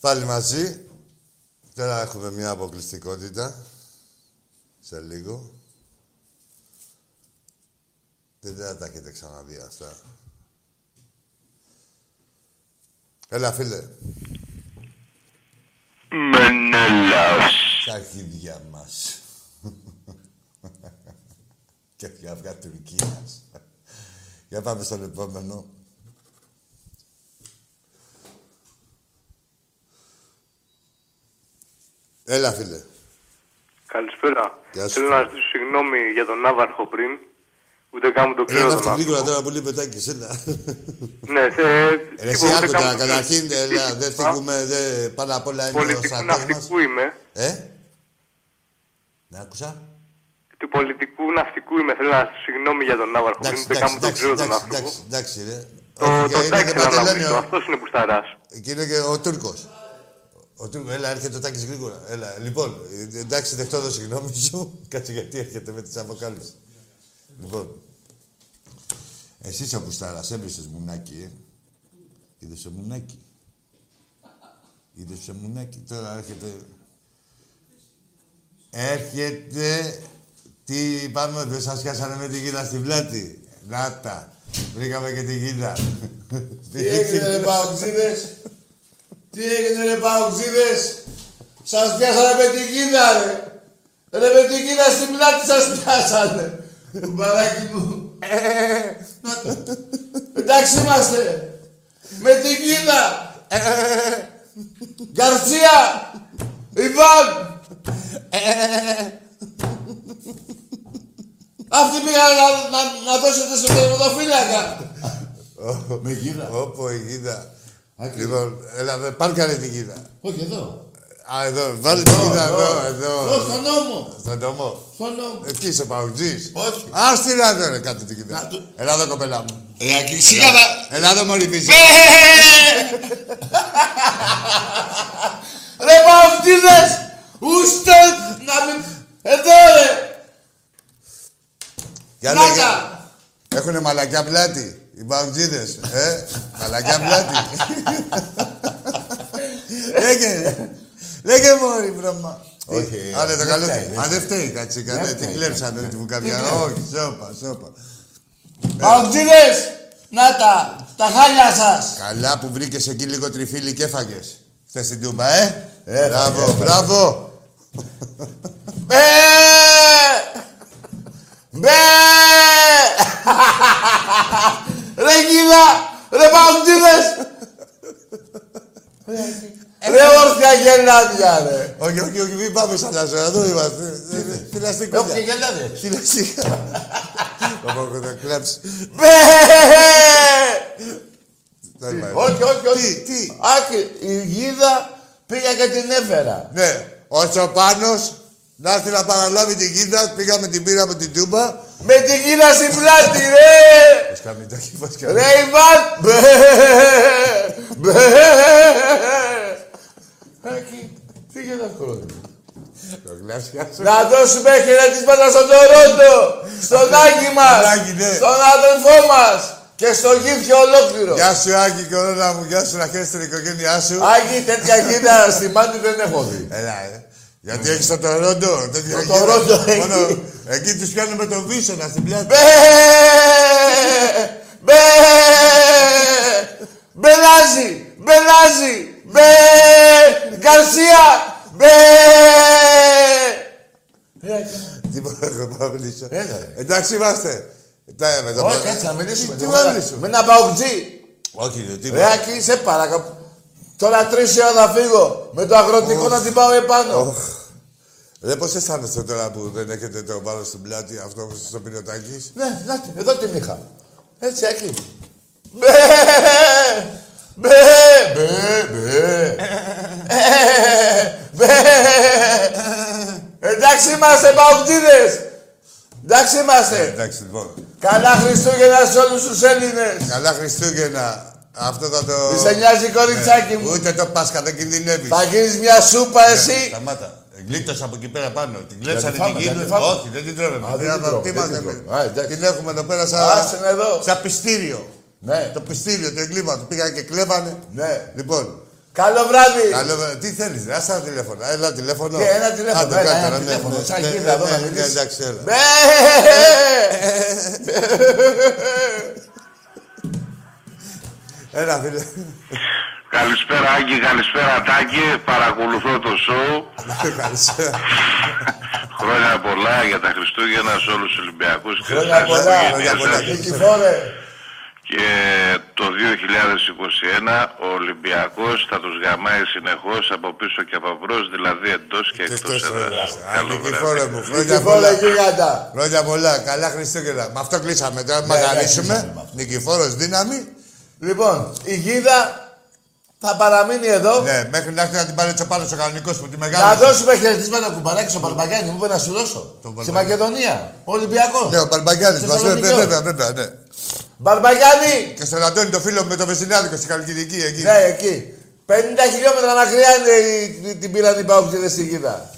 S2: Πάλι μαζί. Τώρα έχουμε μια αποκλειστικότητα. Σε λίγο. Δεν θα τα έχετε ξαναδεί αυτά. Έλα, φίλε.
S4: Μενέλαος.
S2: Τα αρχίδια μας. Και τα αυγά Τουρκίας. Για πάμε στον επόμενο. Έλα, φίλε.
S5: Καλησπέρα.
S2: Γεια σου,
S5: Θέλω να ζητήσω συγγνώμη για τον Ναύαρχο πριν. Ούτε καν μου το
S2: Έλα,
S5: ξέρω
S2: αυτή
S5: τον
S2: την
S5: άνθρωπο.
S2: γλύκορα τώρα πολύ πετάκι, έλα.
S5: Ναι, σε...
S2: Ρε,
S5: τίποτα,
S2: εσύ
S5: ούτε καν
S2: άκουτα,
S5: μου το
S2: καταρχήν,
S5: ξέρω.
S2: έλα, δεν θυγούμε, δε, πάνω απ' όλα είναι ο
S5: Πολιτικού
S2: στρατός μας.
S5: ναυτικού είμαι.
S2: Ε, να άκουσα.
S5: Του πολιτικού ναυτικού είμαι. Θέλω να ζητήσω συγγνώμη για τον Ναύαρχο πριν.
S2: Εντάξει,
S5: Ούτε καν
S2: εντάξει,
S5: μου
S2: εντάξει,
S5: το ξέρω τον
S2: εντάξει,
S5: άνθρωπο.
S2: εντάξει, εντάξει, ρε.
S5: Το,
S2: Όχι,
S5: το
S2: είναι και
S5: τάξη να αναβρίσω.
S2: παντελόνιο.
S5: Αυτός είναι κουσταράς.
S2: Και είναι και ο Τούρκος. Ο Τούρκος, έλα, έρχεται ο Τάκης γρήγορα. Έλα, λοιπόν, ε, εντάξει, δεχτώ το συγγνώμη σου. Κάτσε γιατί έρχεται με τις αποκάλυψεις. Λοιπόν. Εσύ είσαι ο Πουστάρας, έμπρισες μουνάκι, ε. Είδες σε μουνάκι. Είδες σε μουνάκι. Τώρα έρχεται... Έρχεται... Τι είπαμε, δεν σας πιάσανε με τη γίδα στην πλάτη. Να τα. Βρήκαμε και τη γίδα.
S1: Τι έγινε ρε παοξίδες. Τι έγινε ρε παοξίδες. Σας πιάσανε με την κίνα ρε. Ρε με την κίνα στην πλάτη σας πιάσανε. Κουμπαράκι μου. Εντάξει είμαστε. Με την κίνα. Γκαρσία. Ιβάν. Αυτοί πήγαν να, να, να δώσετε στον τερματοφύλακα.
S2: Με γίδα. Όπο η γίδα. Λοιπόν, έλα, δε, πάρ' καλέ την γίδα.
S1: Όχι εδώ.
S2: Α, εδώ, βάλε την γίδα εδώ,
S1: Εδώ
S2: εδώ.
S1: στον νόμο.
S2: Στον τομό.
S1: Στον νόμο.
S2: Ε, Τι είσαι, παουτζής.
S1: Όχι.
S2: Άστιλα εδώ, ρε, κάτω την γίδα. Έλα εδώ, κοπέλα μου.
S1: Ε, Ακησία να...
S2: Έλα εδώ, μωρή
S1: Ε,
S2: πίσω.
S1: Ρε παουτίδες. Ούστε να μην... Εδώ ρε.
S2: Για λέγε.
S1: Πλάκα.
S2: Έχουνε μαλακιά πλάτη. Οι παουτζίδες, ε. Μαλακιά πλάτη. Λέγε. Λέγε, μωρή, βρωμά.
S1: Όχι,
S2: Άντε Ε, το
S1: δεν
S2: καλό
S1: φταίει,
S2: του.
S1: δεν
S2: Αν δεν φταίει, κατσίκα. ναι, Την
S1: φταίει,
S2: κλέψανε τη βουκαριά. Όχι, σώπα, σώπα.
S1: Παουτίδες. Να τα. Τα χάλια σας.
S2: Καλά που βρήκες εκεί λίγο τριφύλι και έφαγες. Χθες στην Τούμπα, ε!
S1: Έφαγες,
S2: μπράβο,
S1: έφαγες.
S2: μπράβο!
S1: Μπε. Ναι! Μπε. Ρε γύλα. Ρε παουτίδες. Ρε όρθια γελάδια ρε.
S2: Όχι, όχι, όχι, μην πάμε σαν να εδώ είμαστε. Ε, Θυλαστικό.
S1: Όρθια γελάδια.
S2: Θυλαστικό. Θα το κλάψει.
S1: Ναι! Μπε.
S2: Δεν πάει.
S1: Όχι, όχι, όχι.
S2: Τι, τι.
S1: Άκη, η γίδα πήγα και την έφερα.
S2: Ναι, ο Τσοπάνος να έρθει να παραλάβει την κίνδα, πήγαμε την πύρα από την Τούμπα.
S1: Με την γίδα στην πλάτη, ρε!
S2: Σκάμι το κύβος και
S1: Ρε Ιβάν! Ναι! Μπε, μπε. Άκη, τι γέλα χρόνια.
S2: το κλάψια.
S1: Να δώσουμε χαιρετίσματα στον Τωρόντο, στον Άκη μας,
S2: Στον Άκη, ναι.
S1: στον αδελφό μας και στο γύφιο ολόκληρο.
S2: Γεια σου, Άκη, κορώνα μου. Γεια σου, να χαίρεσαι την οικογένειά σου.
S1: Άκη, τέτοια γίδα στη μάτι δεν έχω δει.
S2: Έλα, ε. Γιατί έχεις το Τορόντο. τέτοια γύρω.
S1: Τορόντο έχει.
S2: Μόνο εκεί τους πιάνουν με τον Βίσονα στην πλάτη.
S1: Μπε! Μπε! Μπελάζει! Μπελάζει! Μπε! Γκαρσία! Μπε!
S2: Τι μπορώ εγώ πάω μιλήσω.
S1: Έλα, Ε, ρε.
S2: Εντάξει είμαστε. Τα με το
S1: Όχι,
S2: πα-
S1: έτσι να μιλήσουμε.
S2: Τι
S1: τίποτα.
S2: να μιλήσουμε.
S1: Με ένα παουτζή.
S2: Όχι, ρε, τι
S1: Ρε, Άκη, σε παρακαλώ. Τώρα τρεις η ώρα θα φύγω. Με το αγροτικό να την πάω επάνω.
S2: Ρε, πώς αισθάνεστε τώρα που δεν έχετε το πάνω στην πλάτη αυτό που είστε στο πινοτάκι.
S1: Ναι, να τη- εδώ την είχα. Έτσι, Ναι, Άκη. Μπε! Μπε! Ε, Μπε! Μπε! Μπε! ναι. Εντάξει είμαστε, Παουτίδες! Εντάξει είμαστε!
S2: Εντάξει, λοιπόν.
S1: Καλά Χριστούγεννα σε όλους τους Έλληνες!
S2: Καλά Χριστούγεννα. Αυτό θα το. Ναι.
S1: Μη σε νοιάζει, κοριτσάκι μου!
S2: Ούτε το Πάσχα δεν κινδυνεύεις.
S1: Θα γίνεις μια σούπα εσύ!
S2: Σταμάτα. Γλίτωσα από εκεί πέρα πάνω. Την
S1: τη
S2: κλέψανε
S1: φάμε,
S2: την
S1: για τη
S2: κίνδυνο.
S1: φάμε.
S2: Όχι, δεν την τρώμε.
S1: δεν την τρώμε,
S2: Τι
S1: δεν
S2: μας
S1: την
S2: λέμε.
S1: τρώμε. Α, εντάξει.
S2: Την έχουμε εδώ πέρα σαν...
S1: Άσε με εδώ!
S2: Σαν πιστήριο.
S1: Ναι,
S2: Το πιστήριο του εγκλήματο. Πήγαν και κλέβανε.
S1: ναι.
S2: Λοιπόν,
S1: Καλό βράδυ!
S2: καλό, βράδυ. τι θέλεις, ρε, άστα ένα τηλέφωνο. Έλα τηλέφωνο.
S1: Και Ναι, ένα τηλέφωνο,
S2: Άντε,
S1: έλα,
S2: κάτω,
S1: ένα
S2: ναι,
S1: τηλέφωνο,
S2: ναι,
S1: σαν
S2: ναι,
S1: γίδα εδώ
S2: ναι,
S1: να
S2: ναι,
S1: μιλήσεις.
S2: Εντάξει, έλα.
S1: Μπε!
S2: Έλα, φίλε.
S10: Καλησπέρα Άγγι, καλησπέρα Τάκη, παρακολουθώ το σοου.
S2: Καλησπέρα.
S10: Χρόνια πολλά για τα Χριστούγεννα σε όλους τους Ολυμπιακούς και
S1: Χρόνια
S10: στις
S1: πολλά!
S10: οικογένειές
S2: πολλά.
S10: σας.
S1: Νικηφόρε!
S10: Και το 2021 ο Ολυμπιακός θα τους γαμάει συνεχώς από πίσω και από μπρος, δηλαδή εντός και εκτός έδρας. Καλό
S2: Αγγλική
S10: βράδυ.
S2: φόρα ναι. μου. Χρόνια πολλά.
S1: Νικηφόρε γίγαντα!
S2: Χρόνια πολλά. Καλά Χριστούγεννα. Με αυτό κλείσαμε. Τώρα
S1: Ναι,
S2: μακαρίσουμε. Νικηφόρος δύναμη.
S1: Λοιπόν, η γίδα θα παραμείνει εδώ.
S2: Ναι, μέχρι να έρθει να την πάρει ο πάνω ο κανονικό που τη μεγάλη.
S1: Να δώσουμε χαιρετίσματα κουμπαράκι στο Παρμπαγκάνι. Μου είπε να σου δώσω. Στη
S2: Τον Μπαρμπαγιάννη.
S1: Μακεδονία. Ολυμπιακός.
S2: Ναι, ο Μπαρμπαγκιάννη
S1: Σε
S2: μα
S1: Θεσσαλονίκη.
S2: βέβαια, βέβαια, ναι.
S1: Μπαρμπαγιάννη!
S2: Και στον Αντώνη το φίλο μου με το Βεσινάδικο στην Καλκιδική εκεί.
S1: Ναι, εκεί. 50 χιλιόμετρα μακριά είναι η- η- την πήρα την Παοκτήδε στη γίδα.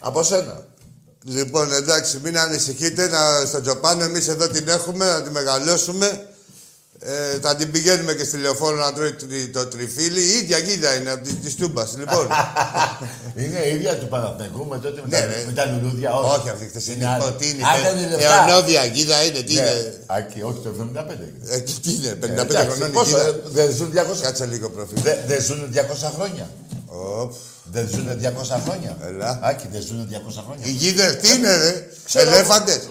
S1: Από σένα.
S2: Λοιπόν, εντάξει, μην ανησυχείτε. Να, στον Τζοπάνο εμείς εδώ την έχουμε, να τη μεγαλώσουμε. Ε, θα την πηγαίνουμε και στη λεωφόρο να τρώει τρι- το τριφύλι. Η ίδια γίδα είναι από τη Τούμπας. Λοιπόν.
S1: είναι η ίδια του Παναθηναϊκού με τότε με,
S2: Ναι,
S1: τα,
S2: ρε.
S1: με τα λουλούδια. Όχι,
S2: αυτή η χθεσινή.
S1: άλλη.
S2: Πω, τι είναι,
S1: Α,
S2: παι-
S1: ήταν λεφτά.
S2: αιωνόβια γίδα είναι, τι
S1: Ναι.
S2: είναι.
S1: Ακι, όχι το 75.
S2: Ε, και τι είναι, 55
S1: εντάξει,
S2: χρονών η
S1: πόσο,
S2: γίδα.
S1: ε, δεν ζουν 200.
S2: Κάτσε λίγο προφίλ.
S1: Δε- Δεν ζουν 200 χρόνια. Δεν ζουν 200 χρόνια. Ελά. Άκη, δεν ζουν 200 χρόνια.
S2: Οι γίδες τι είναι, ρε.
S1: Ξέρω.
S2: Ελέφαντες.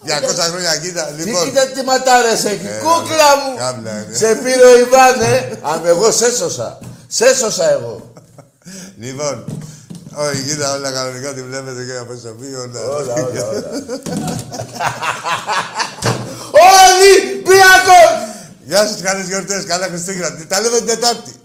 S2: 200 χρόνια γίδα.
S11: Τι
S2: Λοιπόν.
S11: κοίτα τι ματάρες έχει, κούκλα μου!
S2: Κάμπλα, ρε.
S11: Σε πήρε ο Ιβάνε, αν εγώ σε σώσα. Σε σώσα εγώ.
S2: Λοιπόν. Όχι, γίδα όλα κανονικά τη βλέπετε και από σοφή όλα.
S1: Όλα, όλα, όλα.
S11: Όλοι πιακό!
S2: Γεια σας, καλές γιορτές, καλά Χριστούγεννα. Τα λέμε την Τετάρτη.